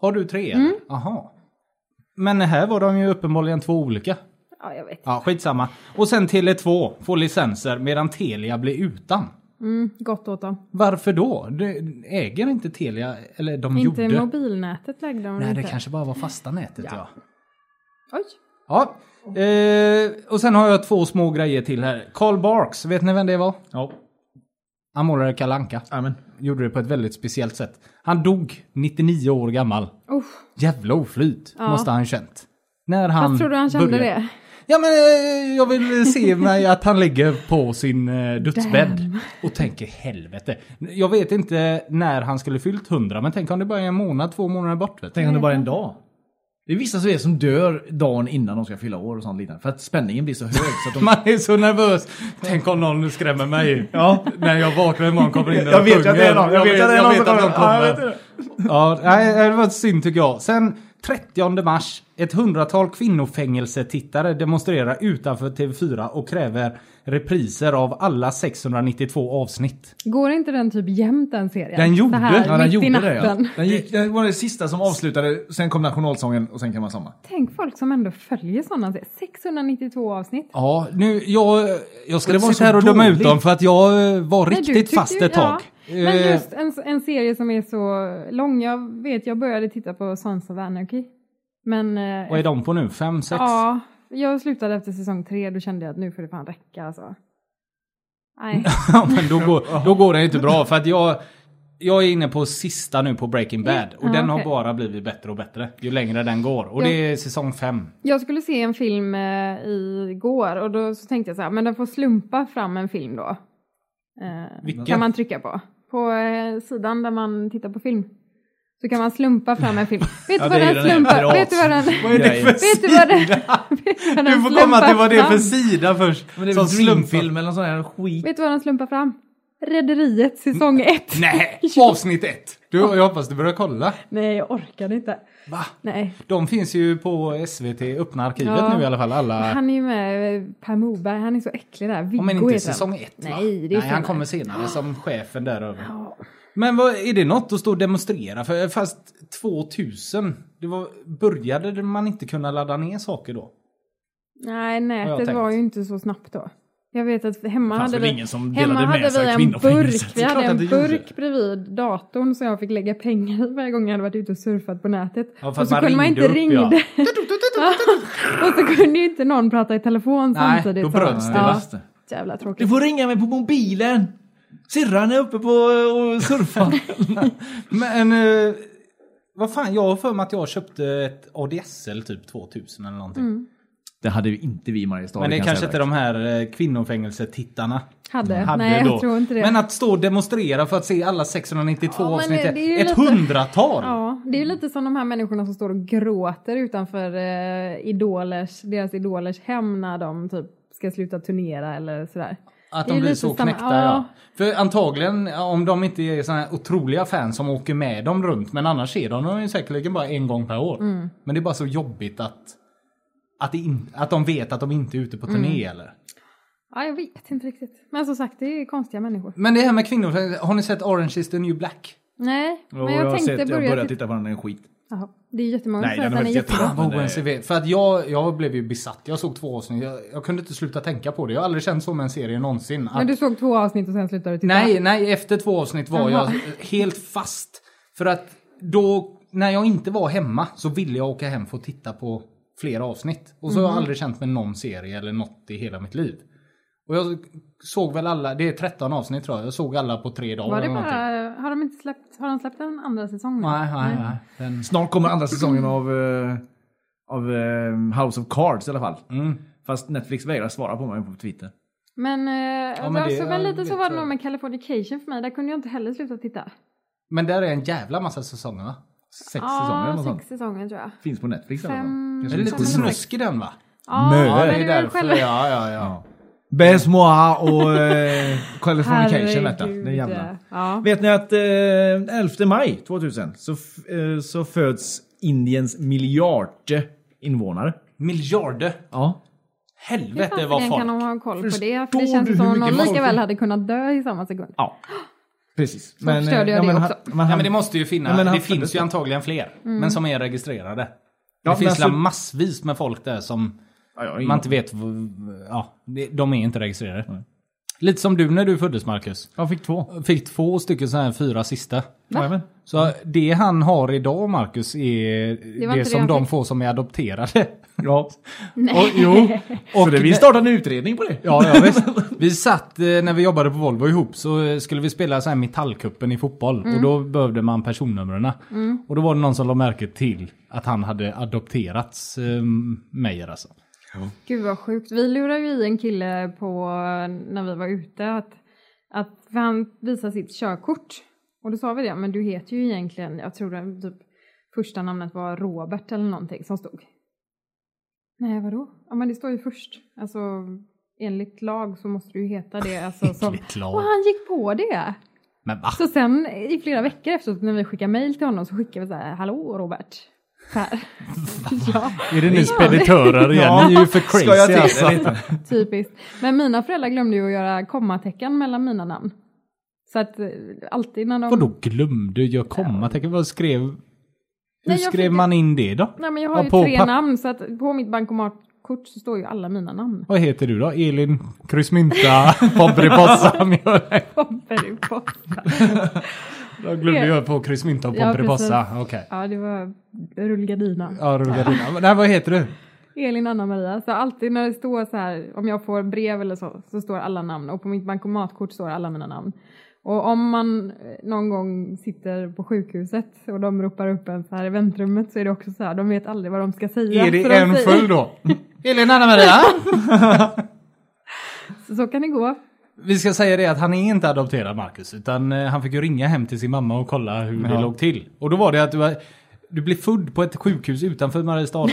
Har du tre? Mm. Aha. Men här var de ju uppenbarligen två olika.
Ja, jag vet.
Ja, skitsamma. Och sen Tele2 får licenser medan Telia blir utan.
Mm, gott åt dem.
Varför då? Du äger inte Telia, eller de
Inte
gjorde.
mobilnätet lägger de
Nej,
inte.
det kanske bara var fasta nätet ja.
Ja. Oj.
Ja. Eh, och sen har jag två små grejer till här. Carl Barks, vet ni vem det var?
Ja,
Han målade Kalle Anka.
amen.
Gjorde det på ett väldigt speciellt sätt. Han dog 99 år gammal.
Usch.
Jävla oflyt
Ja.
måste han känt. När han
Fast tror du han kände
började-
det?
Ja men eh, jag vill se mig att han ligger på sin eh, dödsbädd. Och tänker helvete. Jag vet inte när han skulle fyllt 100 men tänk om det bara är en månad, två månader bort. Vet du?
Tänk om det bara är en dag. Det är vissa som är som dör dagen innan de ska fylla år och sånt liknande. För att spänningen blir så hög så att de...
Man är så nervös. Tänk om någon skrämmer mig. Ja. När jag vaknar imorgon kommer in och
Jag vet ju att
sjunger.
det är någon. Jag vet att det är någon som
att de
kommer. Ja, jag
kommer. Ja, nej, det var synd tycker jag. Sen 30 mars, ett hundratal kvinnofängelsetittare demonstrerar utanför TV4 och kräver repriser av alla 692 avsnitt.
Går inte den typ jämt den serien?
Den gjorde.
det här,
Ja, den
mitt i
gjorde det ja.
natten.
Den, gick, den var det sista som avslutade, sen kom nationalsången och sen kan man somna.
Tänk folk som ändå följer sådana. 692 avsnitt.
Ja, nu, jag, jag ska
Det
inte
var
sitta
så
här och döma ut
dåligt.
dem för att jag eh, var
Nej, du
riktigt
tyckte
fast
ju-
ett tag.
Ja. Men
Eh,
just en, en serie som är så lång. Jag vet, jag började titta på Sons of Anarchy. Men... eh,
Vad är de på nu? Fem, sex?
Ja, jag slutade efter säsong tre. Då kände jag att nu får det fan räcka alltså. Nej.
Ja, men då går, då går det inte bra för att jag, jag är inne på sista nu på Breaking Bad och
Ja,
den har
okej.
bara blivit bättre och bättre ju längre den går. Och
Ja.
det är säsong fem.
Jag skulle se en film eh, igår och då så tänkte jag så här, men den får slumpa fram en film då. Eh,
Vilken?
kan man trycka på. På eh, sidan där man tittar på film. Så kan man slumpa fram en film. Vet du
Ja,
vad
det är
den
den här
slumpar?
pirat-
Vet du vad den...
Vad är det för
Vet du vad den... vet du vad den
Du får komma till vad det är
slumpar fram?
för sida först.
Men det är
som
väl
slumpfilm.
Dreamfilm eller någon sån här skit.
Vet du vad den slumpar fram? Rederiet säsong ett.
Mm. Nej, avsnitt ett. Du, jag hoppas du börjar kolla.
Nej, jag orkade inte.
Va?
Nej.
De finns ju på SVT, öppna arkivet
Ja.
nu i alla fall. Alla.
Han är ju med eh, Per Morberg, han är så äcklig där. Viggo
Ja, men
heter
inte
han.
säsong ett va?
Nej, det är Ah.
Nej han
senare.
kommer senare som chefen där över.
Ja.
Men vad, är det något att stå och demonstrera för? Fast 2000, det var, började man inte kunna ladda ner saker då?
Nej,
Har jag
nätet
tänkt.
var ju inte så snabbt då. Jag vet att hemma
fanns
hade
väl
vi,
ingen som
hemma
delade med
hade
sig
vi
av
en
kvinnofängelset.
burk.
Det
Vi
är
hade
klart
en
att det gjorde.
burk bredvid datorn som jag fick lägga pengar i varje gång jag hade varit ute och surfat på nätet.
Ja, för
och
att
så
man
kunde man
ringde
inte
upp, ja.
ringa. och så kunde ju inte någon prata i telefon
Nej,
samtidigt.
då
som-
bröts det,
va?
Jävla
Du
tråkigt.
får ringa mig på mobilen! Syrran är uppe på och surfar.
Men eh, vad fan, jag har för mig att jag köpte ett ADSL typ 2000 eller någonting.
Mm.
det hade ju inte vi i Mariestad.
Men det är
kan jag
kanske
säga
inte
direkt.
de här eh, kvinnofängelsetittarna
Hade.
hade
Nej,
då.
jag tror inte det.
Men att stå och demonstrera för att se alla 692
Ja, men
avsnitt.
det- det är ju
ett
lite-
hundratal!
Ja, det är ju lite som de här människorna som står och gråter utanför eh, idolers, deras idolers hem när de typ ska sluta turnera eller sådär.
Att
Det är
de blir
lite
så
samma-
knäckta
ja.
ja. För antagligen om de inte är såna här otroliga fans som åker med dem runt. Men annars ser de dem ju säkerligen bara en gång per år.
Mm.
Men det är bara så jobbigt att, att, det in, att de vet att de inte är ute på turné
Mm.
eller.
Ja, jag vet inte riktigt. Men som sagt, det är konstiga människor.
Men det här med kvinnor, har ni sett Orange is the new black?
Nej,
Jo,
men jag,
har
tänkte
sett-
börja
jag började
titta.
titta på den, den är skit.
Jaha, det är jättemånga
Nej,
som säger
den
att
är
den är
väldigt
jättebra.
jättebra.
Fan vad
Men, eh,
oense vi är. För att jag, jag blev ju besatt. Jag såg två avsnitt. Jag, jag kunde inte sluta tänka på det. Jag har aldrig känt så med en serie någonsin. Att,
Men du såg två avsnitt och sen slutade du titta?
nej, nej, efter två avsnitt var jag
Jaha.
helt fast. För att då, när jag inte var hemma så ville jag åka hem för att titta på flera avsnitt. Och så
Mhm.
har jag aldrig känt med någon serie eller något i hela mitt liv. Och jag såg väl alla, det är 13 avsnitt tror jag. Jag såg alla på tre dagar
Var det
eller någonting.
bara, har de inte släppt, har de släppt en andra säsong nu?
Nej, nej, nej. Den...
Snart kommer andra säsongen av, eh, av eh, House of Cards i alla fall.
Mm.
Fast Netflix vägrar svara på mig på Twitter.
Men, eh,
men
det,
det-
så, men
ja,
lite
det
så var det
tror
nog
jag.
med Californication för mig. Där kunde jag inte heller sluta titta.
Men där är en jävla massa säsonger
Mm.
va?
Sex
Ja,
säsonger eller något sånt.
Ah, sex säsonger tror jag.
Finns på Netflix i alla fall.
Fem-
Kanske
Det är lite
sju.
snö.
snusk i den
Mm.
va?
Ja,
Mö.
men
Ja,
det är väl själva-
Ja, ja, ja.
Bes Moa och eh, Californication detta.
Herregud.
Den jävla.
Ja.
Vet ni att eh, 11 maj 2000 så, f- eh, så föds Indiens miljarde invånare.
Miljarder.
Ja.
Helvete
Fasen
vad
kan de
folk.
ha koll på det? För
Förstår
det
du
känns som
hur
om någon
mycket folk-
lika väl hade kunnat dö i samma sekund.
Ja. Precis. Så
förstörde jag det
men,
också.
Han, men
Ja
han,
men det måste ju
Ja,
finnas.
men han
det finns
föddes
ju
då.
antagligen fler. Men som är registrerade.
men
det finns
alltså-
la massvis med folk där som
Ja, jag har ingen
man inte
aning.
vet. v- v- Ja, det- de är inte registrerade. Lite som du när du föddes Marcus.
Jag fick två.
Fick två stycken så här fyra sista.
Jajamän.
Så det han har idag Marcus är
inte
det,
det
som
jag
de
fick.
får som är adopterade.
Ja. Och, jo. Och det, vi startade en utredning på det.
Ja, ja visst. Vi satt eh, när vi jobbade på Volvo ihop så eh, skulle vi spela så här metallkuppen i fotboll och då behövde man personnumren. Och då var det någon som la märke till att han hade adopterats eh, Meyer alltså.
Gud vad sjukt. Vi lurade ju i en kille på när vi var ute att, att för han visade sitt körkort. Och då sa vi det, men du heter ju egentligen, jag tror det typ första namnet var Robert eller någonting som stod. Nej, vadå? Ja, men det står ju först. Alltså enligt lag så måste du ju heta det. Alltså, som...
Enligt lag.
Och han gick på det.
Men va?
Så sen i flera veckor efteråt när vi skickade mejl till honom så skickade vi så här, hallå Robert. Så här. ja,
Är det ni
speditörer
igen? Ja. Ni är ju för crazy
Ska jag till
alltså.
eller inte?
typiskt. Men mina föräldrar glömde ju att göra kommatecken mellan mina namn. Så att eh, alltid när de...
Vadå glömde jag komma? Tänk vad skrev... Hur
jag fick
skrev
ju-
man in det då?
Nej men jag har
Ja,
ju
på
tre
papp-
namn så att på mitt bankomatkort så står ju alla mina namn.
Vad heter du då? Elin Kryssmynta Pomperipossa Mjölk.
Pomperipossa.
Jag glömde jag på Kryssmynta och
Ja,
Pomperipossa.
precis.
ah, Okej.
Ja det var rullgardina.
Ja, rullgardina. Nej, vad heter du?
Elin Anna-Maria. Så alltid när det står så här, om jag får brev eller så, så står alla namn. Och på mitt bankomatkort står alla mina namn. Och om man eh, någon gång sitter på sjukhuset och de ropar upp en så här i väntrummet så är det också så här, de vet aldrig vad de ska säga.
Är
så,
det
de
en
säger-
full då? Elin Anna-Maria?
Så, så kan det gå.
Vi ska säga det att han är inte adopterad Marcus. Utan eh, han fick ju ringa hem till sin mamma och kolla hur det låg till. Och då var det att du, var, du blev född på ett sjukhus utanför Mariestad va?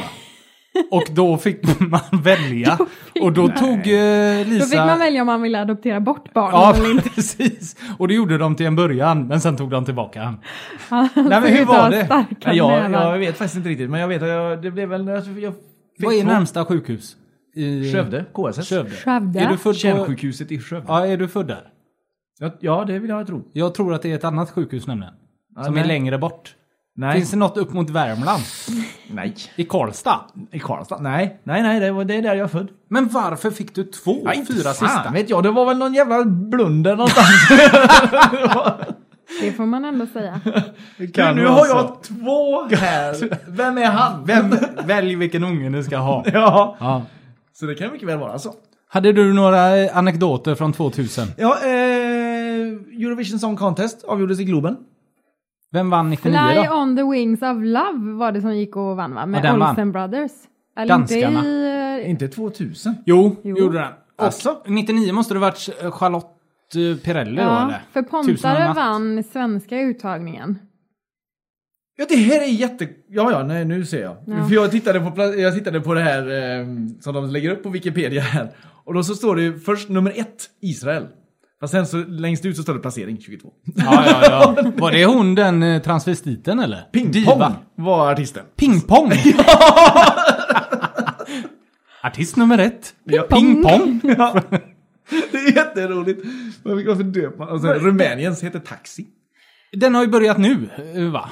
Och då fick man välja. och då tog eh, Lisa...
Då fick man välja om man ville adoptera bort barnen
Ja
eller inte.
precis. Och det gjorde de till en början. Men sen tog de tillbaka han. Nej men
såg
hur
ut att
var
ha
det?
starka
Nej, jag,
nävar.
jag vet faktiskt inte riktigt, men jag vet att jag, det blev väl... Jag, jag fick
Vad är
två-
närmsta sjukhus? I...
Skövde, KSS.
Skövde.
Skövde.
Är du född på...
Kärnsjukhuset i Skövde.
Ja, är du född där?
Ja, ja, det vill jag tro.
Jag tror att det är ett annat sjukhus nämligen. som
nej.
är längre bort.
Nej.
Finns det något upp mot Värmland?
Nej.
I Karlstad?
I Karlstad? Nej, nej, nej, det, var, det är där jag är född.
Men varför fick du två
Nej,
fyra
fan
sista?
vet jag. Det var väl någon jävla blunder någonstans.
Det får man ändå säga.
Men nu har jag två här. Vem är han?
Vem, välj vilken unge du ska ha.
Ja,
Ja.
så det kan mycket väl vara så.
Hade du några eh, anekdoter från 2000?
Ja, eh, Eurovision Song Contest avgjordes i Globen.
Vem vann 99
Fly
då?
on the wings of love var det som gick och vann va? Med
Ja, den vann.
Olsen Brothers. Eller
Danskarna.
Inte i, eh,
Inte 2000.
Jo,
Jo.
gjorde den. Och
Alltså?
99 måste det varit eh, Charlotte eh, Perrelli då
ja,
eller?
för
Tusen och en
Pontare
natt.
vann svenska uttagningen.
Ja, det här är jätte... Ja, ja, nej, nu ser jag.
Ja.
För jag tittade, på, pla- jag tittade på det här eh, som de lägger upp på Wikipedia här. Och då så står det ju först nummer ett, Israel. Fast sen så längst ut så står det placering 22.
Ja, ja, ja. Var det hon den eh, transvestiten eller?
Pingpong
Diva.
var artisten.
Pingpong! Artist nummer ett. Pingpong!
Ja. Det är jätteroligt. Varför varför döper man? Och sen Rumäniens heter Taxi.
Den har ju börjat nu, eh, va?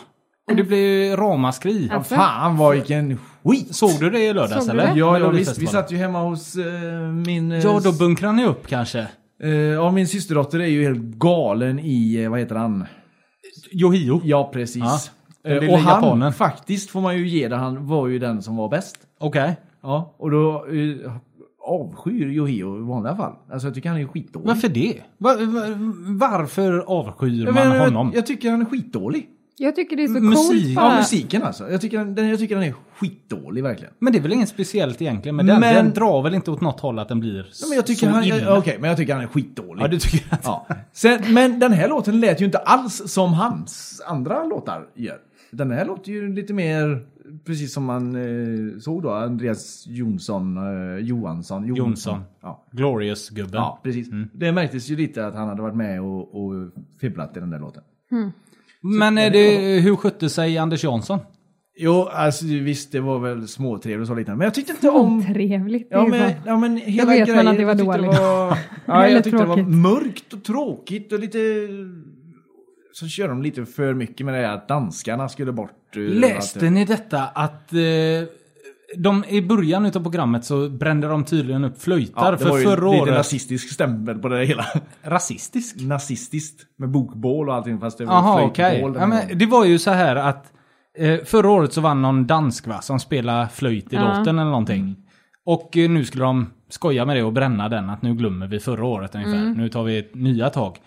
Och det blev ju ramaskri.
Ja. Alltså?
Fan vad vilken skit!
Såg du det i lördags
Såg du
eller?
det?
Ja, ja visst.
Melodifestivalen.
Vi satt ju hemma hos eh, min... eh,
Ja, då bunkrar ni upp kanske.
eh, ja, min systerdotter är ju helt galen i, eh, vad heter han?
Johio.
Ja, precis.
Ja.
Eh,
Den lilla
Och han,
japanen.
faktiskt får man ju ge det, han var ju den som var bäst.
Okej.
Ja, och då eh, avskyr Yohio i vanliga fall. Alltså jag tycker han är skitdålig.
Varför det? Var, var, varför
Jag,
avskyr man
menar, jag-
honom?
jag tycker han är skitdålig.
Jag tycker det är så
Musik.
coolt
Ja,
bara.
musiken alltså. Jag tycker, han- den, jag tycker han är skitdålig verkligen.
Men det är väl inget speciellt egentligen med den?
Men-
Den drar väl inte åt något håll att den blir
Ja, men jag tycker
så
han, jag,
illa?
okej, men jag tycker han är skitdålig.
Ja, du tycker att...
Ja. Sen, men den här låten lät ju inte alls som hans andra låtar gör. Den här låter ju lite mer, precis som man eh, såg då, Andreas Jonsson, eh, Johansson, Jonsson. Mm.
Jonsson.
Ja.
Glorious-gubben.
ja, precis. Det märktes ju lite att han hade varit med och, och fibblat i den där låten.
Men är det, hur skötte sig Anders Jansson?
Jo, alltså visst, det var väl småtrevligt och så lite, men jag tyckte inte om...
Otrevligt.
Ja
det är
men,
så.
ja men hela
vet man
grejen.
att det var
jag tyckte
dåligt.
Det var, ja, jag
Väldigt
tyckte det var
tråkigt.
mörkt och tråkigt och lite... Så kör de lite för mycket med det här att danskarna skulle bort. eh, att-
Läste ni detta att eh, de, i början utav programmet så brände de tydligen upp flöjtar
Ja, det
för
var ju
förra
lite
året...
nazistisk stämpel på det hela.
rasistisk?
Nazistiskt. Med bokbål och allting fast det var
Jaha, okej.
flöjtbål. den
Ja,
här
men
gången.
det var ju så här att eh, förra året så vann någon dansk va, som spelade flöjt i
Ja.
låten eller någonting.
Mm.
Och eh, nu skulle de skoja med det och bränna den, att nu glömmer vi förra året ungefär. Nu tar vi ett nya tag.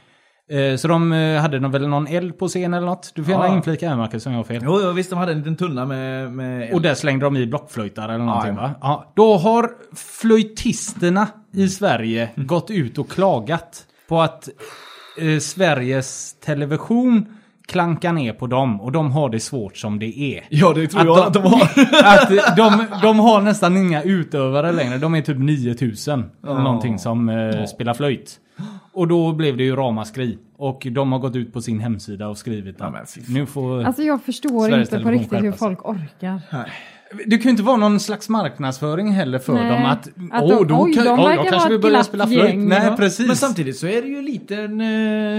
Eh, så de eh, hade nog väl någon eld på scen eller något. Du får gärna
Ja.
inflika här Marcus om jag har fel.
Jo, jo, visst de hade en liten tunna med... med
Och där slängde de i blockflöjtar eller någonting
Ja, ja.
va? Ja. Då har flöjtisterna i Sverige gått ut och klagat på att eh, Sveriges Television klankar ner på dem och de har det svårt som det är.
Ja, det tror
Att
jag
de-
att de var.
Att de, de har nästan inga utövare längre. De är typ 9000 eller någonting som eh, spelar flöjt. Och då blev det ju ramaskri. Och de har gått ut på sin hemsida och skrivit
men
att
fy fan.
nu får...
Alltså jag förstår
Sveriges
inte på
Television
riktigt hur
skärpas.
folk orkar.
Det kan ju inte vara någon slags marknadsföring heller för
Nej.
dem att,
Att
åh,
de-
då
oj,
kan,
de
ja,
verkar
jag
vara
kanske vill
ett
börja
glatt
spela flöjt.
gäng.
Nej,
Ja.
precis.
Men samtidigt så är det ju lite en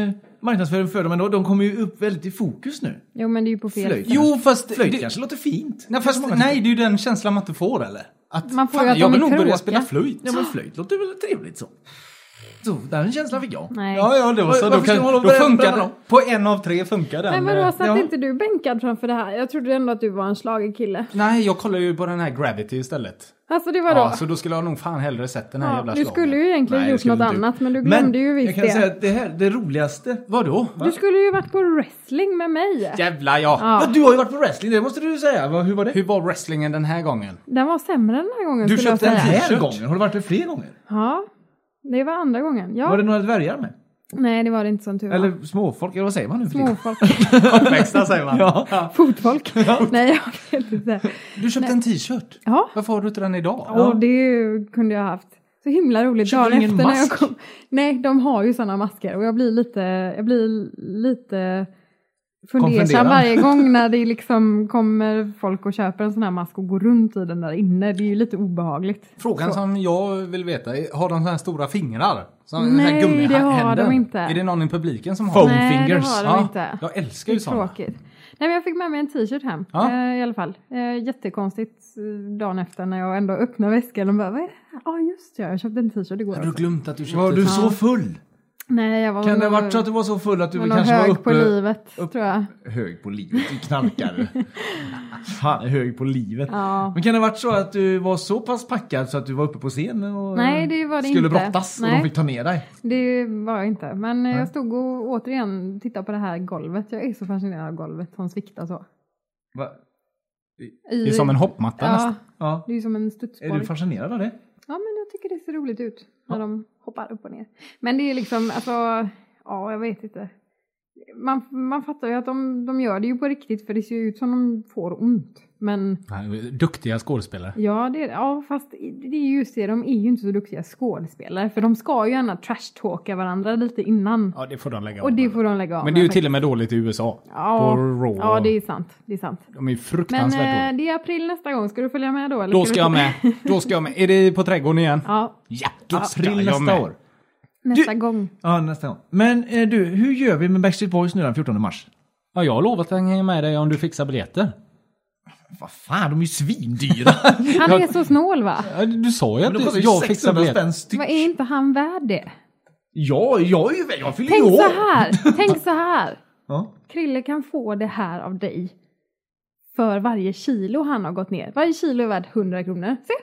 eh, marknadsföring för dem ändå. De kommer ju upp väldigt i fokus nu.
Jo men det är ju på fel
Flöjt.
sätt.
jo, fast...
Flöjt
det,
kanske låter fint.
nej, fast nej, det är ju den känslan man inte får, eller? Att,
Man får
fan,
ju att
jag
de är
vill nog börja
tråkiga.
spela flöjt.
Ja men flöjt låter väl trevligt så. Så den känslan fick jag.
Nej.
Ja, ja, det var så.
Varför
Då,
ska
kan,
man hålla
då
på den-
funkar
den-
den. På en av tre funkar den. eh.
Men vadå, satt
ja.
inte du bänkad framför det här? Jag trodde ändå att du var en schlagerkille.
Nej, jag kollar ju på den här Gravity istället.
Alltså det var
Ja,
då.
så då skulle jag nog fan hellre sett den här
Ja,
jävla
du
schlagern.
skulle ju egentligen
Nej,
gjort
skulle
något
inte gjort.
annat men du glömde ju
Jag
visst
kan
det.
säga att det här, det roligaste.
Vadå?
Du skulle ju varit på wrestling med mig.
Jävlar ja.
Ja.
Ja.
du har ju varit på wrestling, det måste du säga. Vad- Hur var det?
Hur var wrestlingen den här gången?
Den var sämre den här gången
Du
skulle jag
köpte en
säga.
till?
här
Kört.
gången? Har du varit det fler gånger?
Ja, det var andra gången. Ja.
Var det några dvärgar med?
Nej, det var det inte som tur var.
Eller småfolk, eller vad säger man nu för tiden?
Småfolk.
Uppväxta säger man. Ja.
Fotfolk. Nej, jag vet inte.
Du köpte en t-shirt.
Ja,
Varför har du inte den idag?
och det kunde jag haft. Så himla roligt.
Köpte du
Dagen
ingen
efter när jag
mask?
kom. Nej, de har ju sådana masker och jag blir lite, jag blir lite
Konfunderad.
fundersam varje gång när det liksom kommer folk och köper en sån här mask och går runt i den där inne. Det är ju lite obehagligt.
Frågan som jag vill veta är, har de så här stora fingrar? Som
Nej,
så här gummihänder?
det har de inte.
Är det någon i publiken som har
Foam
det?
Nej,
fingers.
det har de
Ja,
inte.
Jag älskar
Det
ju
är
sådana.
tråkigt. Nej, men jag fick med mig en t-shirt hem
Ja.
eh, i alla fall. Eh, jättekonstigt eh, dagen efter när jag ändå öppnade väskan och bara, vad är det här? Ja, just det, jag köpte en t-shirt igår.
Har du
Också.
glömt att du köpte
Var
ett-
du så full?
Nej, jag var
Kan det ha
nog-
varit så att du var så full att du
var nog
kanske var
hög på
uppe...
livet,
upp-
tror jag.
Hög på livet? Du knarkar. Fan, hög på livet.
Ja.
Men kan det ha varit så att du var så pass packad så att du var uppe på scen och
Nej, det var det
skulle
inte.
brottas och
Nej.
de fick ta ner dig?
Det var jag inte. Men eh, jag stod och återigen tittade på det här golvet. Jag är så fascinerad av golvet som sviktar så.
Va?
I,
Det är som en hoppmatta nästan.
Ja,
Ja.
det är ju som en
Är du
studsboll.
fascinerad av det?
Ja, men jag tycker det ser roligt ut när de hoppar upp och ner. Men det är liksom, alltså, ja, jag vet inte. Man, man fattar ju att de, de gör det ju på riktigt för det ser ju ut som de får ont. Men
Nej, Duktiga skådespelare.
ja, det, ja fast det är just det, de är ju inte så duktiga skådespelare. För de ska ju gärna trashtalka varandra lite innan.
Ja, det får de lägga
Och
av
det
med.
får de lägga av
Men det är ju
med
till och med dåligt i USA.
Ja,
på Raw.
Ja, det är sant. Det är sant.
De är ju
Men
fruktansvärt
eh,
dåliga.
det är april nästa gång. Ska du följa med då? Eller
Då
du-
ska jag med. Då ska jag med. Är det på trädgården igen?
Ja,
Ja, då ska
April
jag
nästa
med.
år.
nästa gång.
Ja, nästa gång. Men eh, du, hur gör vi med Backstreet Boys nu den 14 mars?
Ja, jag har lovat att hänga med dig om du fixar biljetter.
Vad fan, de är ju svindyra.
Han är så snål va?
Ja, Du sa ju att
Men de kostar
du,
ju
jag fixar
600
biljetter.
spänn styck.
Vad är inte han värd det?
Ja, jag, är ju, jag fyller ju
Tänk så
år.
här. Tänk så här.
Ja.
Krille kan få det här av dig. För varje kilo han har gått ner. Varje kilo är värd 100 kronor. Se,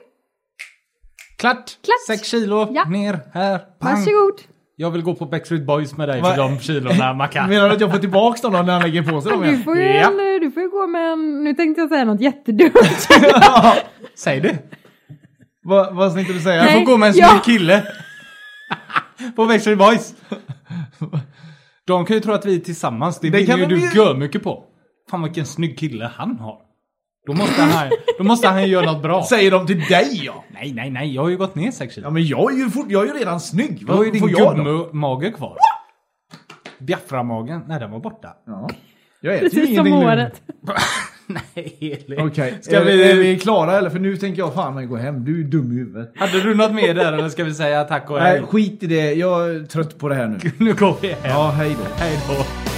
Klart!
Klart.
Sex kilo
Ja.
ner här. Pang.
varsågod.
Jag vill gå på Backstreet Boys med dig
Va?
för de kilorna Mackan.
Menar du att jag får tillbaka dem då när han lägger på sig dem
Du
igen?
får ju
Ja.
en, eh, du får ju gå med en... Nu tänkte jag säga något jättedumt.
Säg det.
Vad, vad tänkte du säga?
Nej.
Jag får gå med en
Ja.
snygg kille. på Backstreet Boys. De kan ju tro att vi är tillsammans. Det,
Det
vinner
kan
ju
de
du
ju-
gör mycket på. Fan vilken snygg kille han har. Då måste han, då måste han ju göra något bra.
Säger de till dig ja?
Nej, nej, nej. Jag har ju gått ner sex kilo.
Ja men jag är ju, fort, jag är ju redan snygg.
Då är
Vad
din
får jag då?
gubbmage kvar. Biafra-magen, nej den var borta.
Ja. Jag äter ju
Precis som
ingenting nu.
året.
nej, Elin.
Okej,
Ska
är, vi... är vi
vi...
klara eller? För nu tänker jag fan men gå hem, du är dum i huvudet.
Hade du något mer där eller ska vi säga tack och
Nej,
hej?
skit i det. Jag är trött på det här nu.
Nu går vi hem.
Ja, hej då.
Hej då.